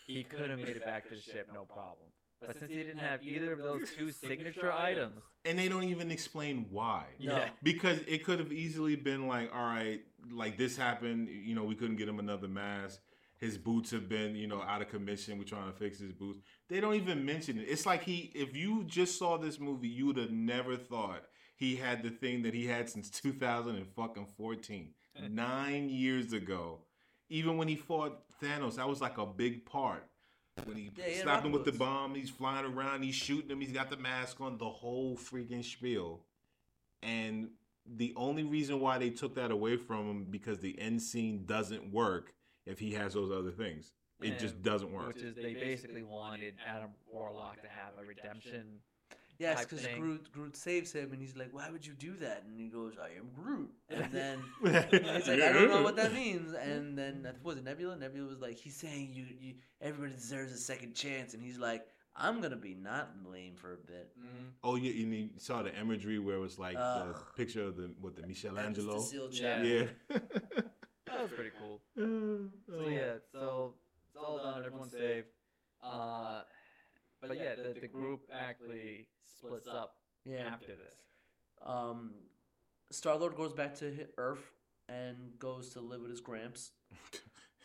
he could have made it back to the ship, no problem. But since he didn't have either of those two signature items, And they don't even explain why. No. Yeah. because it could have easily been like, all right, like this happened. You know, we couldn't get him another mask. His boots have been, you know, out of commission. We're trying to fix his boots. They don't even mention it. It's like he, if you just saw this movie, you would have never thought he had the thing that he had since [LAUGHS] 2014, nine years ago. Even when he fought Thanos, that was like a big part. When he Yeah, he had stopped him with the rocket boots. bomb, he's flying around, he's shooting him, he's got the mask on, the whole freaking spiel. And the only reason why they took that away from him because the end scene doesn't work if he has those other things. It just And- doesn't work. which is they basically wanted Adam Warlock to have a redemption. Yes, type because thing. Groot Groot saves him, and he's like, "Why would you do that?" And he goes, "I am Groot." [LAUGHS] And then [LAUGHS] it's like, "I don't know what that means." And then what was it Nebula? Nebula was like, "He's saying you, you everybody deserves a second chance," and he's like, "I'm gonna be not lame for a bit." Mm-hmm. Oh, yeah, and you saw the imagery where it was like the Ugh. picture of the what the That was the Michelangelo. seal Yeah. chapter. Yeah. That was pretty [LAUGHS] cool. So [LAUGHS] Oh. yeah, so it's all done. Everyone's saved. Uh, but yeah, the, the group actually splits up Yeah. [LAUGHS] after this. Um, Star Lord goes back to hi- Earth and goes to live with his gramps.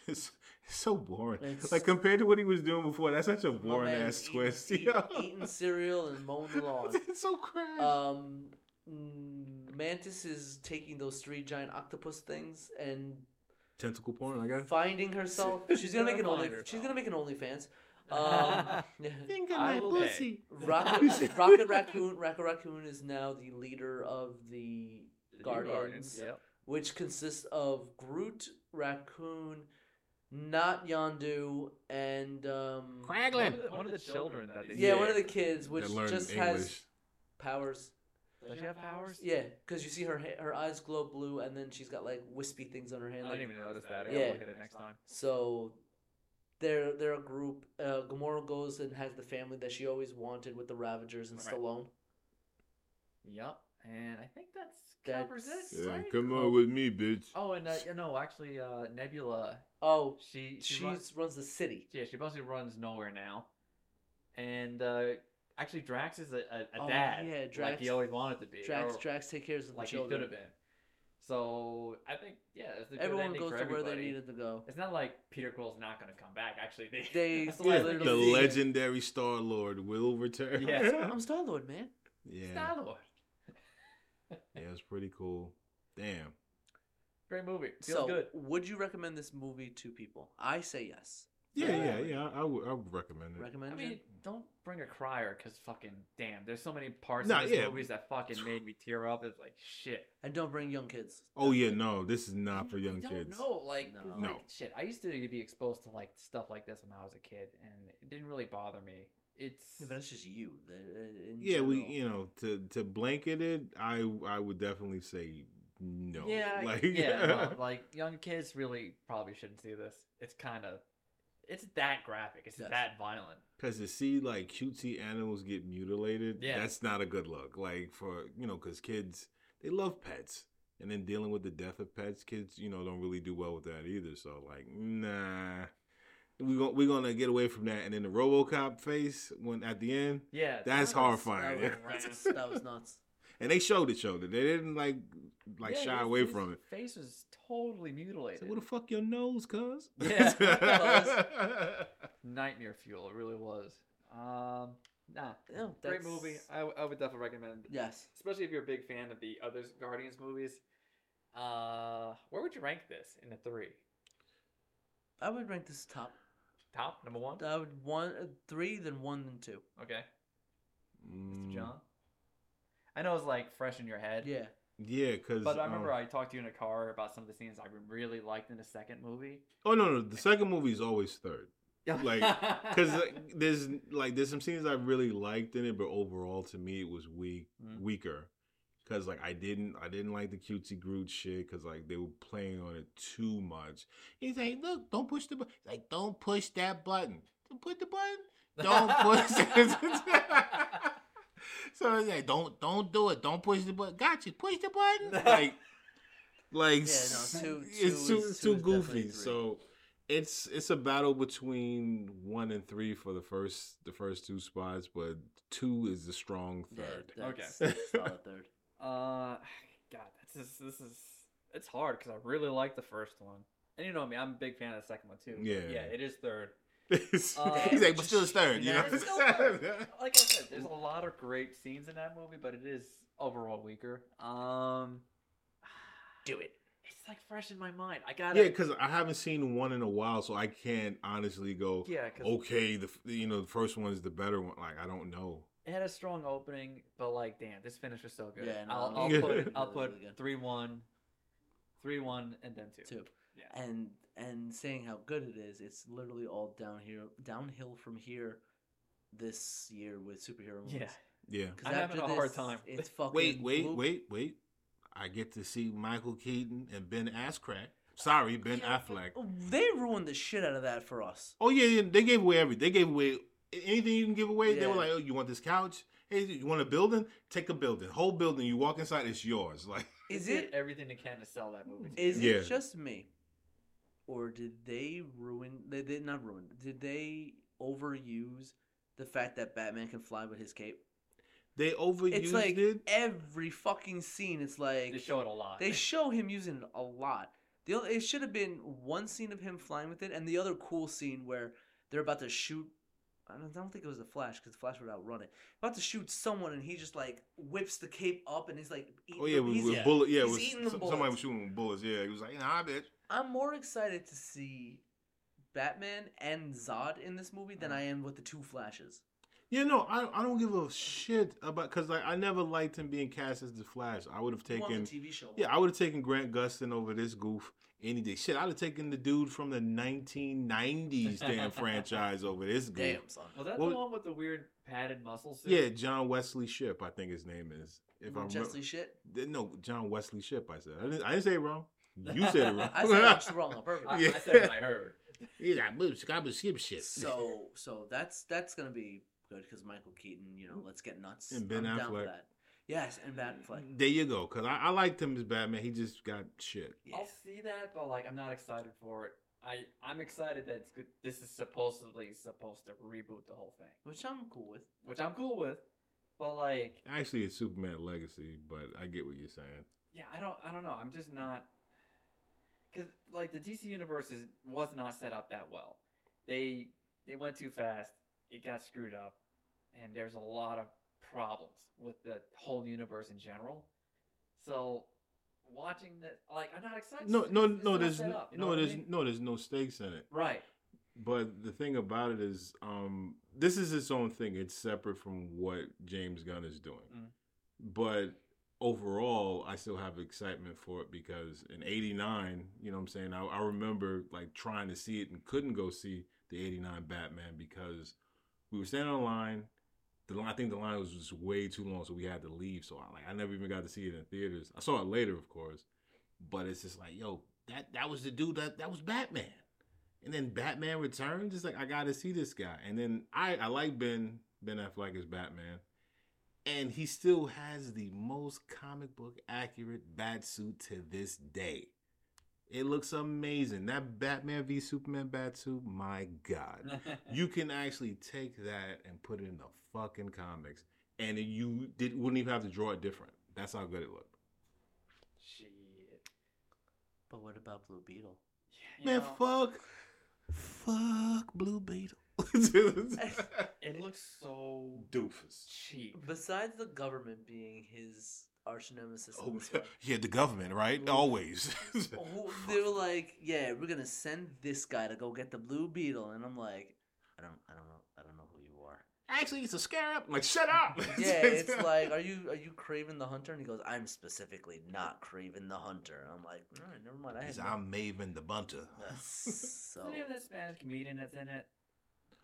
It's, it's so boring. It's- Like compared to what he was doing before, that's such a My boring man's ass eating- twist. [LAUGHS] eat- yo. eating cereal and mowing [LAUGHS] the lawn. it's so crazy. Um, mm, Mantis is taking those three giant octopus things and Tentacle porn, I guess. finding herself. She's gonna make an only. She's gonna make an OnlyFans. [LAUGHS] Um, [LAUGHS] Think of I my will pay. pussy. Rocket, Rocket Raccoon, Rocket Raccoon is now the leader of the The Guardians. Yep. which consists of Groot, Raccoon, not Yondu, and um, One of, the, one of the children that they yeah, saved. one of the kids, which just has powers. Does she have powers? Yeah, because you see her ha- her eyes glow blue, and then she's got like wispy things on her I hand. didn't Like, even notice that. I gotta Yeah. look at it next time. so they're they're a group. Uh, Gamora goes and has the family that she always wanted with the Ravagers and Right. Stallone. Yep. And I think that's That's- covers it. Yeah, right? come oh, on with me, bitch. Oh, and uh, yeah, no, actually, uh, Nebula. Oh, She she she runs, runs, the city. yeah she mostly runs nowhere now, and uh, actually Drax is a, a, a Oh, dad. yeah, Like Drax- he always wanted to be. Drax or- Drax take care of the like he should children. have been. So I think yeah, it's a good Everyone ending goes for to where they everybody. needed to go. It's not like Peter Quill's not going to come back. Actually, [LAUGHS] they They that's Yeah, why I literally- think the it's- legendary Star Lord will return. Yeah. [CLEARS THROAT] I'm Star Lord, man. [LAUGHS] yeah, Star-Lord. yeah, it's pretty cool. Damn, Great movie. Feels so, good. would you recommend this movie to people? I say yes. Yeah, yeah, Yeah. yeah. I would, I would recommend it. Recommend I it? mean, don't bring a crier because fucking damn, there's so many parts Nah, of these yeah. movies that fucking made me tear up. It's like shit. and don't bring young kids. Oh yeah, no, this is not for You young don't kids. know, like, No. like, No. shit. I used to be exposed to like stuff like this when I was a kid, and it didn't really bother me. It's Yeah, [LAUGHS] but that's just you. the- uh, in Yeah, we general. you know to to blanket it, I I would definitely say no. yeah, [LAUGHS] like yeah, no, like young kids really probably shouldn't see this. It's kind of, it's that graphic. It's Yes. that violent. Cause to see like cutesy animals get mutilated, Yeah. that's not a good look. Like for you know, cause kids they love pets, and then dealing with the death of pets, kids you know don't really do well with that either. So like, nah, we gon' we gonna get away from that. And then the RoboCop face when at the end, Yeah, that's that was- horrifying. That [LAUGHS] was, nuts. that was [LAUGHS] nuts. and they showed it, showed it. They didn't like like yeah, shy his- away his from it. Face was totally So mutilated. what the fuck your nose, cuz? [LAUGHS] Yeah, Nightmare fuel. It really was. Um, nah, Yeah, great that's- movie. I, w- I would definitely recommend, Yes. especially if you're a big fan of the other Guardians movies. Uh, where would you rank this in the three? I would rank this top. Top number one. I would one uh, three, then one, then two. Okay, Mm, Mr. John. I know it's like fresh in your head. Yeah. Yeah, cause But I remember um, I talked to you in a car about some of the scenes I really liked in the second movie. Oh no, no, the second movie is always third. [LAUGHS] Like, Cause like, there's like there's some scenes I really liked in it, but overall to me it was weak, Mm. weaker. Cause like I didn't, I didn't like the cutesy Groot shit. Cause like they were playing on it too much. He's like, look, don't push the button. Like, don't push that button. Don't Put the button. [LAUGHS] Don't push. it. so it's like, don't, don't do it. Don't push the button. Got you. Push the button. Like, Yeah, like no, two- it's two too, is- two too is definitely goofy. three. So it's it's a battle between one and three for the first the first two spots, but two is the strong Yeah, [LAUGHS] third. [LAUGHS] that's- Okay. that's Solid [LAUGHS] third. Uh, God, this is this is it's hard because I really like the first one, and you know me, I'm a big fan of the second one too. but Yeah. yeah, it is third. He's Uh, like, but still it's third, you know. It's still [LAUGHS] third. Like I said, there's a lot of great scenes in that movie, but it is overall weaker. Um, Do it. it's like fresh in my mind. I gotta yeah, because I haven't seen one in a while, so I can't honestly go. yeah, because Okay, the f- you know the first one is the better one. Like I don't know. it had a strong opening, but like, damn, this finish was so good. Yeah, no, I'll, no, I'll it was put really, I'll really put good. three one, three one, and then two. Two. Yeah. And and saying how good it is, it's literally all down here, downhill from here, this year with superhero movies. Yeah, Yeah. 'Cause I'm having after a hard this, time. It's fucking Wait, wait, Luke- wait, wait. I get to see Michael Keaton and Ben Ascrack. Sorry, Ben Yeah, but- Affleck. They ruined the shit out of that for us. Oh yeah, yeah, they gave away everything. They gave away anything you can give away. They were Yeah. like, "Oh, you want this couch? Hey, you want a building? Take a building, whole building. You walk inside, it's yours." [LAUGHS] Like, Is They did it everything they can to sell that movie? is Yeah. it just me, or did they ruin? They did not ruin. Did they overuse the fact that Batman can fly with his cape? they overused It's like it. [LAUGHS] every fucking scene. It's like they show it a lot. [LAUGHS] They show him using it a lot. The o- it should have been one scene of him flying with it, and the other cool scene where they're about to shoot. I don't, I don't think it was the Flash because the Flash would outrun it. About to shoot someone, and he just like whips the cape up, and he's like, eating Oh yeah, the- with, he's- with bullet. Yeah, he's with, eating the some- somebody bullets. was shooting with bullets. Yeah, he was like, "Nah, bitch." I'm more excited to see Batman and Zod in this movie Mm-hmm. than I am with the two Flashes. Yeah, no, I, I don't give a shit about because like I never liked him being cast as the Flash. I would have Who won taken the TV show. Yeah, I would have taken Grant Gustin over this goof any day. Shit, I'd have taken the dude from the 1990s damn franchise over [LAUGHS] this goof. damn son. Was that Well- the one with the weird padded muscle suit? Yeah, John Wesley Ship, I think his name is. If I remember, Justly [LAUGHS] shit. no, John Wesley Ship. I said I didn't, I didn't say it wrong. You said [LAUGHS] it wrong. I said that's wrong on purpose. I, Yeah. I said what I heard. [LAUGHS] He's like, "Move, Scott, but Skip Ship." [LAUGHS] So so that's that's gonna be good because Michael Keaton, you know, let's get nuts. And Ben I'm down Affleck. for that. Yes, and Ben Affleck. there you go. Cause I, I liked him as Batman. He just got shit. Yeah. I'll see that, but like I'm not excited for it. I I'm excited that it's good. this is supposedly supposed to reboot the whole thing, Which I'm cool with. which I'm cool with. But like, Actually, it's Superman Legacy, but I get what you're saying. yeah, I don't I don't know. I'm just not because like the DC universe is was not set up that well. They they went too fast. It got screwed up, and there's a lot of problems with the whole universe in general. So watching that, like, I'm not excited. No, It's- no, it's no. not There's set no, up, you know what I there's mean? [LAUGHS] no, there's no stakes in it. right. But the thing about it is, um, this is its own thing. It's separate from what James Gunn is doing. Mm. But overall, I still have excitement for it because in '89, you know what I'm saying? I, I remember like trying to see it and couldn't go see the '89 Batman because we were standing on line. The line, I think the line was just way too long, so we had to leave. So I like I never even got to see it in theaters. I saw it later, of course, but it's just like, yo, that that was the dude that that was Batman and then Batman Returns. It's like I gotta see this guy. And then I I like Ben Ben Affleck as Batman, and he still has the most comic book accurate bat suit to this day. It looks amazing. That Batman v Superman bat suit, my god. You can actually take that and put it in the fucking comics, and you did, wouldn't even have to draw it different. That's how good it looked. Shit. But what about Blue Beetle? You Man, know, fuck, fuck [LAUGHS] Blue Beetle. it looks so Doofus. cheap. Besides the government being his arch nemesis, in Oh, this [LAUGHS] one, yeah, the government, right? Oof. Always. who- they were like, "Yeah, we're gonna send this guy to go get the Blue Beetle," and I'm like, "I don't, I don't know, I don't know who you are." Actually, it's a scarab. Like, shut up. [LAUGHS] Yeah, it's [LAUGHS] like, "Are you, are you Craven the Hunter?" And he goes, "I'm specifically not Craven the Hunter." I'm like, "All right, never mind." I had He's, no- I'm Maven the Bunter. [LAUGHS] Uh, [LAUGHS] so, Isn't it that Spanish comedian that's in it?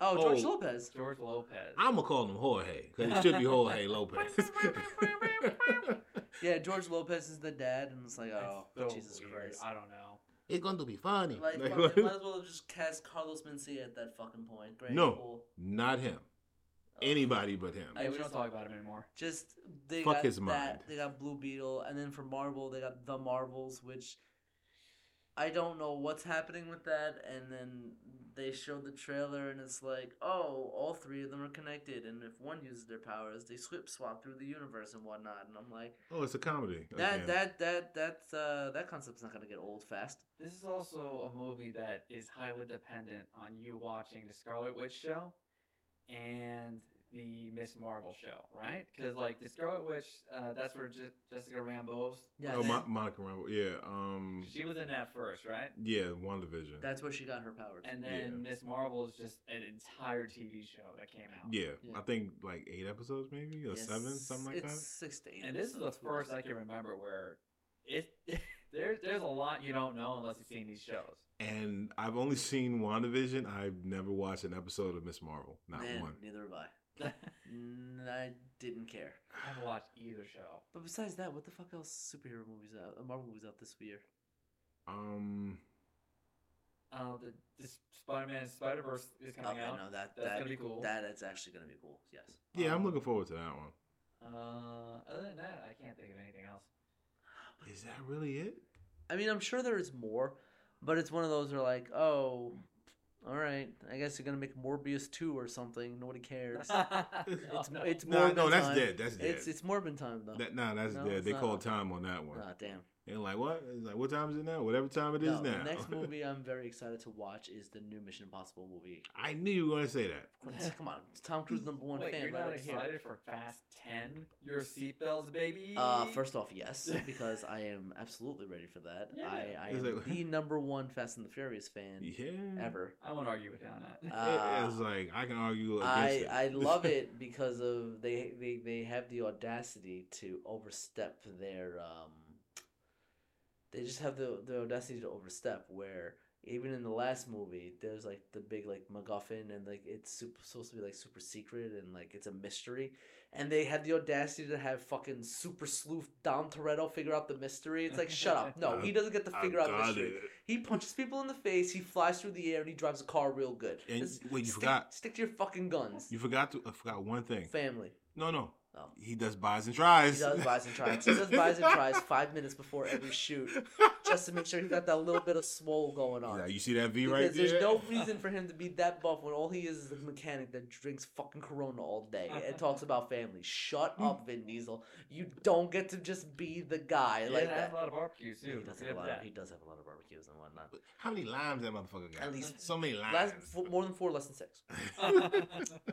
oh, George Oh. Lopez. George Lopez. I'm gonna call him Jorge because it should be [LAUGHS] Jorge Lopez. [LAUGHS] Yeah, George Lopez is the dad, and it's like, It's oh, so Jesus weird. Christ. I don't know. it's going to be funny. Like, Like, fucking, [LAUGHS] might as well just cast Carlos Mencia at that fucking point. Great, No. cool. not him. Anybody but him. Oh. I Hey, we just- don't talk about him anymore. Just they Fuck got his that. mind. They got Blue Beetle, and then for Marvel, they got the Marvels, which I don't know what's happening with that. And then they showed the trailer, and it's like, oh, all three of them are connected, and if one uses their powers, they swip swap through the universe and whatnot. And I'm like, Oh, it's a comedy. that Again. that that that uh, that concept's not gonna get old fast. This is also a movie that is highly dependent on you watching the Scarlet Witch show and the Miss Marvel show, right? Because like the Scarlet Witch, uh, that's where Je- Jessica Rambo's. Yeah, oh, that- Mon- Monica Rambeau. Yeah. Um. She was in that first, right? Yeah. WandaVision. that's where she got her powers. And then Miss Marvel is just an entire TV show that came out. yeah, Yeah. I think like eight episodes, maybe or Yes, seven, something like it's that. six to eight. And this is the episodes, four first to I can remember where it [LAUGHS] there's there's a lot you don't know unless you've seen these shows. And I've only seen WandaVision. I'i've never watched an episode of Miss Marvel. Not Man, one. Neither have I. [LAUGHS] I N- I didn't care. haven't watched either show. But besides that, what the fuck else superhero movies out? uh, Marvel movies out this year? Um, Uh, the this Spider-Man Spider Verse is coming okay, out. no, Oh, that That's that gonna be cool. that is actually gonna be cool. Yes. yeah, I'm Um, looking forward to that one. Uh, other than that, I can't think of anything else. Is that really it? I mean, I'm sure there is more, but it's one of those where like, oh, all right, I guess you're gonna make Morbius two or something. Nobody [LAUGHS] cares. it's Oh, No, no. it's No, Morbin no, that's time. dead. That's dead. It's it's Morbin time though. that, nah, that's No, dead. it's They not. called time on that one. Ah, damn. And like what? It's like what time is it now? Whatever time it is No, now. The [LAUGHS] next movie I'm very excited to watch is the new Mission Impossible movie. I knew you were gonna say that. [LAUGHS] Come on, Tom Cruise number one Wait, fan you're right not over here. excited for Fast Ten? Your seatbelts, baby. Uh, first off, [LAUGHS] yes, because I am absolutely ready for that. I, Yeah. I It's am like- the number one Fast and the Furious fan [LAUGHS] Yeah. ever. I won't argue with you on that. Uh, It- it's like I can argue against I it. I [LAUGHS] love it because of they, they they have the audacity to overstep their um. They just have the the audacity to overstep where. Even in the last movie, there's like the big like MacGuffin, and like it's super, supposed to be like super secret, and like it's a mystery. And they had the audacity to have fucking super sleuth Dom Toretto figure out the mystery. It's like shut up, [LAUGHS] no, he doesn't get to I figure out got mystery. it. He punches people in the face. He flies through the air and he drives a car real good. And This- wait, you stick, forgot. Stick to your fucking guns. You forgot to. I forgot one thing. Family. No, no. Oh. He does buys and He tries. does buys and [LAUGHS] tries. He does buys and tries five minutes before every shoot, just to make sure he's got that little bit of swole going on. Yeah, you see that V because right there? there's [LAUGHS] no reason for him to be that buff when all he is is a mechanic that drinks fucking Corona all day [LAUGHS] and talks about family. Shut up, Vin Diesel. You don't get to just be the [LAUGHS] guy yeah, like I that. have a lot of barbecues He too. does, forget have a lot of, that. he does have a lot of barbecues and whatnot. How many limes that motherfucker got? At least- so many limes. [LAUGHS] [LAUGHS] Less, more than four, less than six.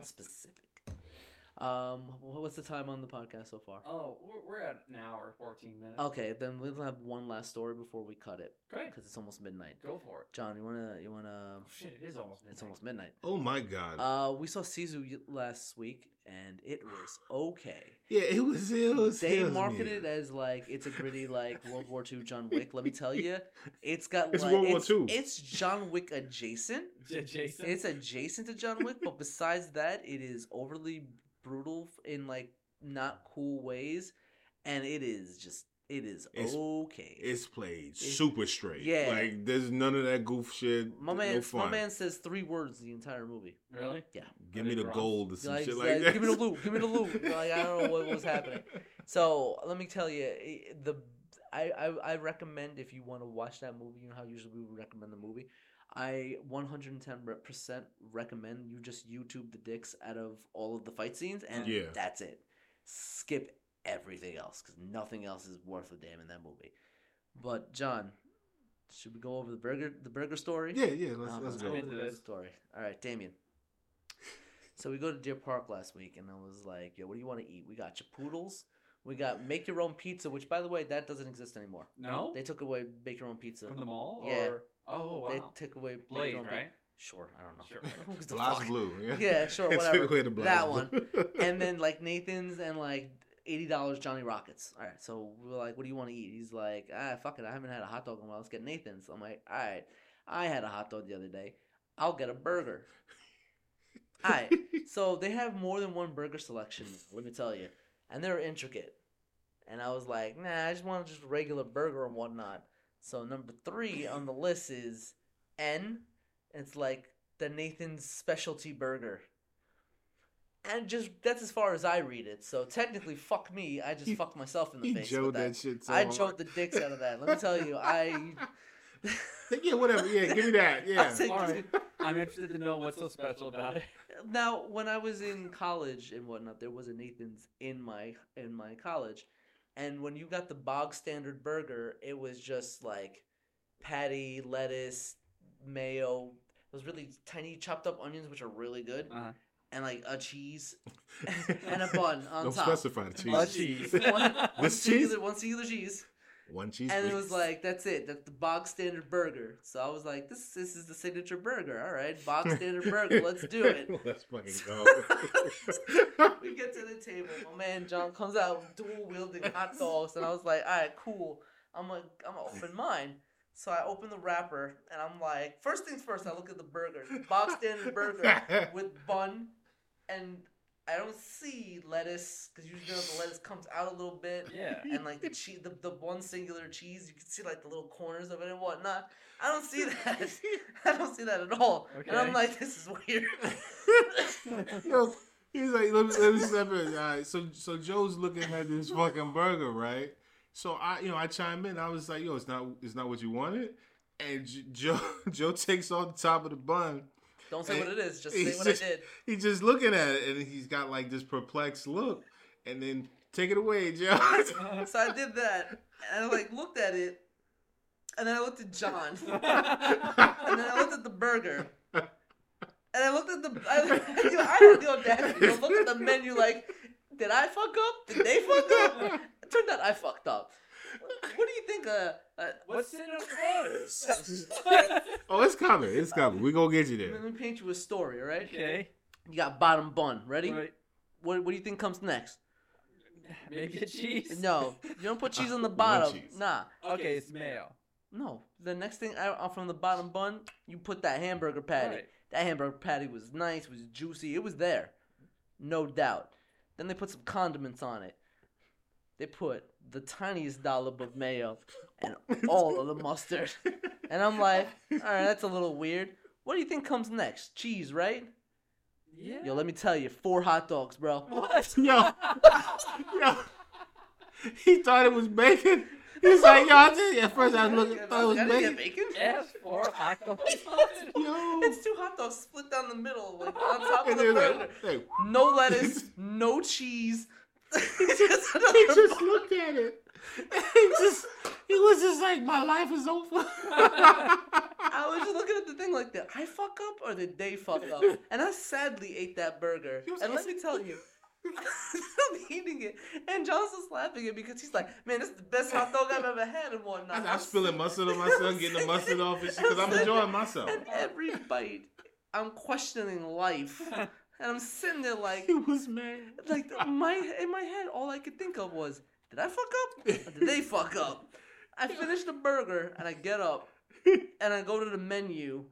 specific. Um, wh- what's the time on the podcast so far? [LAUGHS] Oh, we're, we're at an hour and fourteen minutes. Okay, then we'll have one last story before we cut it great. because it's almost midnight. Go for it. John, you wanna you wanna? Oh, shit, it is almost. It's midnight. almost midnight. Oh my god. Uh, we saw Sisu y- last week, and it was okay. [SIGHS] yeah, it was. It was. They it was market me. it as like it's a gritty like [LAUGHS] World War II John Wick. Let me tell you, it's got It's like World War it's, II. It's John Wick adjacent. J- Jason. It's adjacent to John Wick, but besides that, it is overly brutal f- in like not cool ways, and it is just it is It's- okay. It's played It's- super straight. yeah. Like there's none of that goof shit. my no man, my fun. man says three words the entire movie. really? give me Buddy the Ross. gold or some Like, shit he's like, like, that. "Give me the loot, give me the loot." Like, I don't know what was happening. [LAUGHS] So let me tell you, i- the I, I, I recommend if you want to watch that movie, you know how usually we would recommend the movie. I 110% recommend you just YouTube the dicks out of all of the fight scenes, and Yeah. that's it. Skip everything else because nothing else is worth a damn in that movie. But John, should we go over the burger the burger story? Yeah, yeah. Let's Um, let's I'll go. do into that this. story. All right, Damien. So we go to Deer Park last week, and I was like, "Yo, what do you want to eat? We got chipoodles. We got make your own pizza, which, by the way, that doesn't exist anymore. No. They took away make your own pizza. From the mall? Yeah. Or... Oh They wow. took away make Blade, your own pi- [LAUGHS] right? Sure, I don't know. [LAUGHS] Sure. Who gives a Blast fuck? blue. Yeah. Yeah, sure, [LAUGHS] It's whatever. clear to That Blast one. Blue. [LAUGHS] and then like Nathan's and like eighty dollars Johnny Rockets. All right, so we we're like, what do you want to eat? He's like, ah, fuck it, I haven't had a hot dog in a while. Let's get Nathan's. I'm like, all right, I had a hot dog the other day. I'll get a [LAUGHS] burger. All right, so they have more than one burger selection. Let me tell you, and they're intricate. And I was like, nah, I just want just a regular burger and whatnot. So number three on the list is N. It's like the Nathan's specialty burger. And just that's as far as I read it. So technically, fuck me. I just He- fucked myself in the He face joked with that. that shit. So I hard. joked the dicks out of that. Let me tell you, I. [LAUGHS] yeah, whatever. Yeah, give me that. [LAUGHS] Yeah. I said, All right. [LAUGHS] I'm interested to know what's so special about it. Now, when I was in college and whatnot, there was a Nathan's in my in my college, and when you got the bog standard burger, it was just like patty, lettuce, mayo. Those really tiny chopped up onions, which are really good, Uh-huh. and like a [LAUGHS] cheese and a bun on Don't top. specify the A cheese. cheese. [LAUGHS] [LAUGHS] Cheese. One- one This singular- cheese? one singular cheese. One cheese. And it please. was [LAUGHS] like, that's it. That's the bog standard burger. So I was like, this this is the signature burger. All right, bog standard burger. Let's do it. [LAUGHS] let's fucking So- go. [LAUGHS] we get to the table. My man John comes out dual wielding hot dogs, and I was like, all right, cool. I'm a I'm a open mind. So I open the wrapper, and I'm like, first things first. I look at the burger, [LAUGHS] bog standard burger [LAUGHS] with bun, and I don't see lettuce because usually the lettuce comes out a little bit [LAUGHS] Yeah. and like the cheese, the, the one singular cheese, you can see like the little corners of it and whatnot. I don't see that. [LAUGHS] I don't see that at all. And Okay. I'm like, this is weird. [LAUGHS] Yo, he's like, let me, let me step in. All right, so so Joe's looking at this fucking burger, right? So I, you know, I chime in. I was like, yo, it's not, it's not what you wanted. And J- Joe, [LAUGHS] Joe takes off the top of the bun. don't say what it is. Just say It's what just- I did. He's just looking at it, and he's got like this perplexed look. And then take it away, Joe. So I did that, and I like looked at it, and then I looked at John, and then I looked at the burger. And I looked at the I, [LAUGHS] I had the audacity to look at the menu like, did I fuck up? Did [LAUGHS] they fuck up? It turned out I fucked up. What do you think? Uh, uh What's in [LAUGHS] it [LAUGHS] oh, it's coming. It's coming. We gonna get you Let there. me paint you a story, all right? Okay. You got bottom bun. Ready? Right. What, what do you think comes next? Make it cheese. No, you don't put cheese on the No bottom. cheese. Nah. Okay, it's mayo. No. The next thing out out from the bottom bun, you put that hamburger patty. Right. That hamburger patty was nice, was juicy. It was there. No doubt. Then they put some condiments on it. They put the tiniest dollop of mayo [LAUGHS] and all of the mustard. And I'm like, all right, that's a little weird. What do you think comes next? Cheese, right? Yeah. Yo, let me tell you, four hot dogs, bro. What? [LAUGHS] Yo, yo, he thought it was bacon. He's like, yo, I did. At first, I was looking, thought it was I didn't bacon. get bacon. Ask for [LAUGHS] hot dogs. Yo. It's two hot dogs split down the middle, [LAUGHS] like on top of And the they're burger. like, like, No lettuce, no cheese. [LAUGHS] It's [LAUGHS] he another [LAUGHS] just bun. looked at it. And [LAUGHS] he just, he was just like, my life is over. I was just looking at the thing like, [LAUGHS] did I fuck up or did they fuck up? And I sadly ate that burger. [LAUGHS] He was And let asking- [LAUGHS] me tell you, [LAUGHS] I'm eating it, and Johnson's laughing at me because he's like, "Man, this is the best hot dog I've ever had in one night." I, I'm spilling mustard on my son, [LAUGHS] getting the mustard off and shit because I'm enjoying myself. And every bite, I'm questioning life, and I'm sitting there like, He was mad. like my in my head, all I could think of was, "Did I fuck up? Or did they fuck up?" I finished the burger, and I get up, and I go to the menu,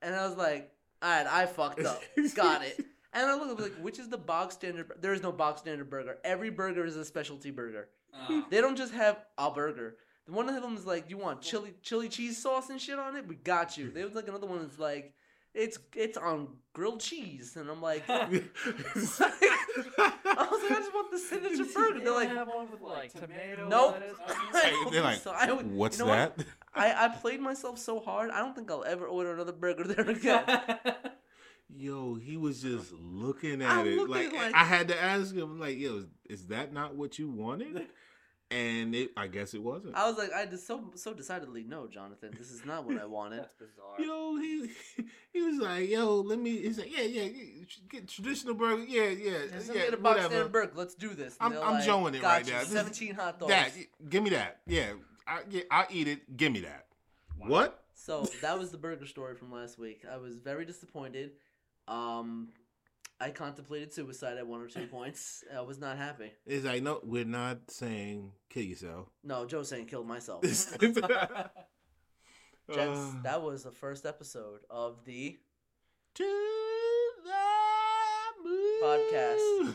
and I was like, "All right, I fucked up. Got it." And I look up like, which is the bog standard? bur- There is no bog standard burger. Every burger is a specialty burger. Oh. They don't just have a burger. The one of them is like, you want chili chili cheese sauce and shit on it? We got you. There was like another one that's like, it's it's on grilled cheese, and I'm like, [LAUGHS] I was like, [LAUGHS] I just want the [LAUGHS] signature burger. They're like, have one with like tomato, Nope. lettuce, [LAUGHS] I onions. [LAUGHS] don't They're think like, so. I would- you What's know what? that? I, I played myself so hard. I don't think I'll ever order another burger [LAUGHS] there again. Yo, he was just looking at I'm it. looking like, like- I had to ask him, like, yo, is, is that not what you wanted? And it, I guess it wasn't. I was like, I just so so decidedly no, Jonathan. This is not what I wanted. Uh, That's bizarre. Yo, he he was like, yo, let me. He's like, yeah, yeah, yeah, get traditional burger. Yeah, yeah, Yeah, yeah, Send me the box whatever. and Burke. Let's do this. I'm- And they're I'm like, showing it "Got right you, now. This is- 17 hot dogs. That, [LAUGHS] give me that. Yeah, I, yeah, I'll eat it. Give me that. [LAUGHS] What? So that was the burger story from last week. I was very disappointed. Um, I contemplated suicide at one or two points. I was not happy. It's like, no, we're not saying kill yourself. [LAUGHS] No, Joe's saying kill myself. Gents, [LAUGHS] [LAUGHS] Gents, Uh, that was the first episode of the. podcast.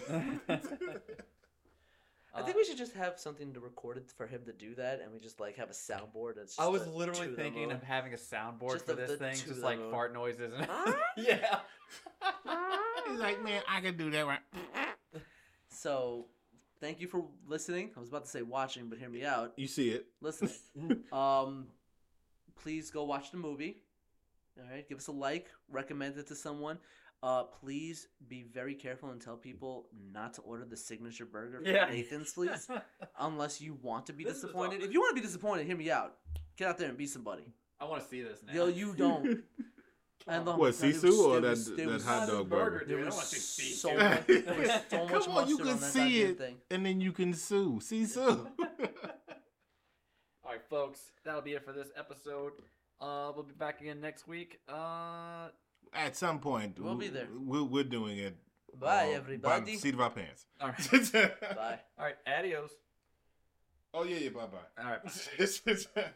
Uh, I think we should just have something to record it for him to do that, and we just like have a soundboard. That's just I was the literally two of them thinking on. of having a soundboard Just for the- this the thing, two of just like them. fart noises and Ah. [LAUGHS] yeah. [LAUGHS] He's like, man, I can do that right. So, thank you for listening. I was about to say watching, but hear me out. You see it. [LAUGHS] Listen, um, please go watch the movie. All right, give us a like, recommend it to someone. Uh, please be very careful and tell people not to order the signature burger from Yeah. Nathan's, [LAUGHS] please, unless you want to be This is disappointed. awesome. If you want to be disappointed, hear me out. Get out there and be somebody. I want to see this now. Yo, [LAUGHS] you don't. I love What, no, it was- Sisu or it was- that- it that was- hot Not dog this burger, dude. There I was don't want to see so dude. much, there [LAUGHS] was so [LAUGHS] Come much on, mustard you can on that see goddamn it. thing. [LAUGHS] And then you can sue. [LAUGHS] See sue. [LAUGHS] All right, folks, that'll be it for this episode. Uh, we'll be back again next week. Uh, At some point, We'll be there. We're, we're doing it. Bye, uh, By the everybody. seat of our pants. [LAUGHS] All right. [LAUGHS] Bye. All right. Adios. [LAUGHS] Oh yeah, yeah. Bye All right. bye.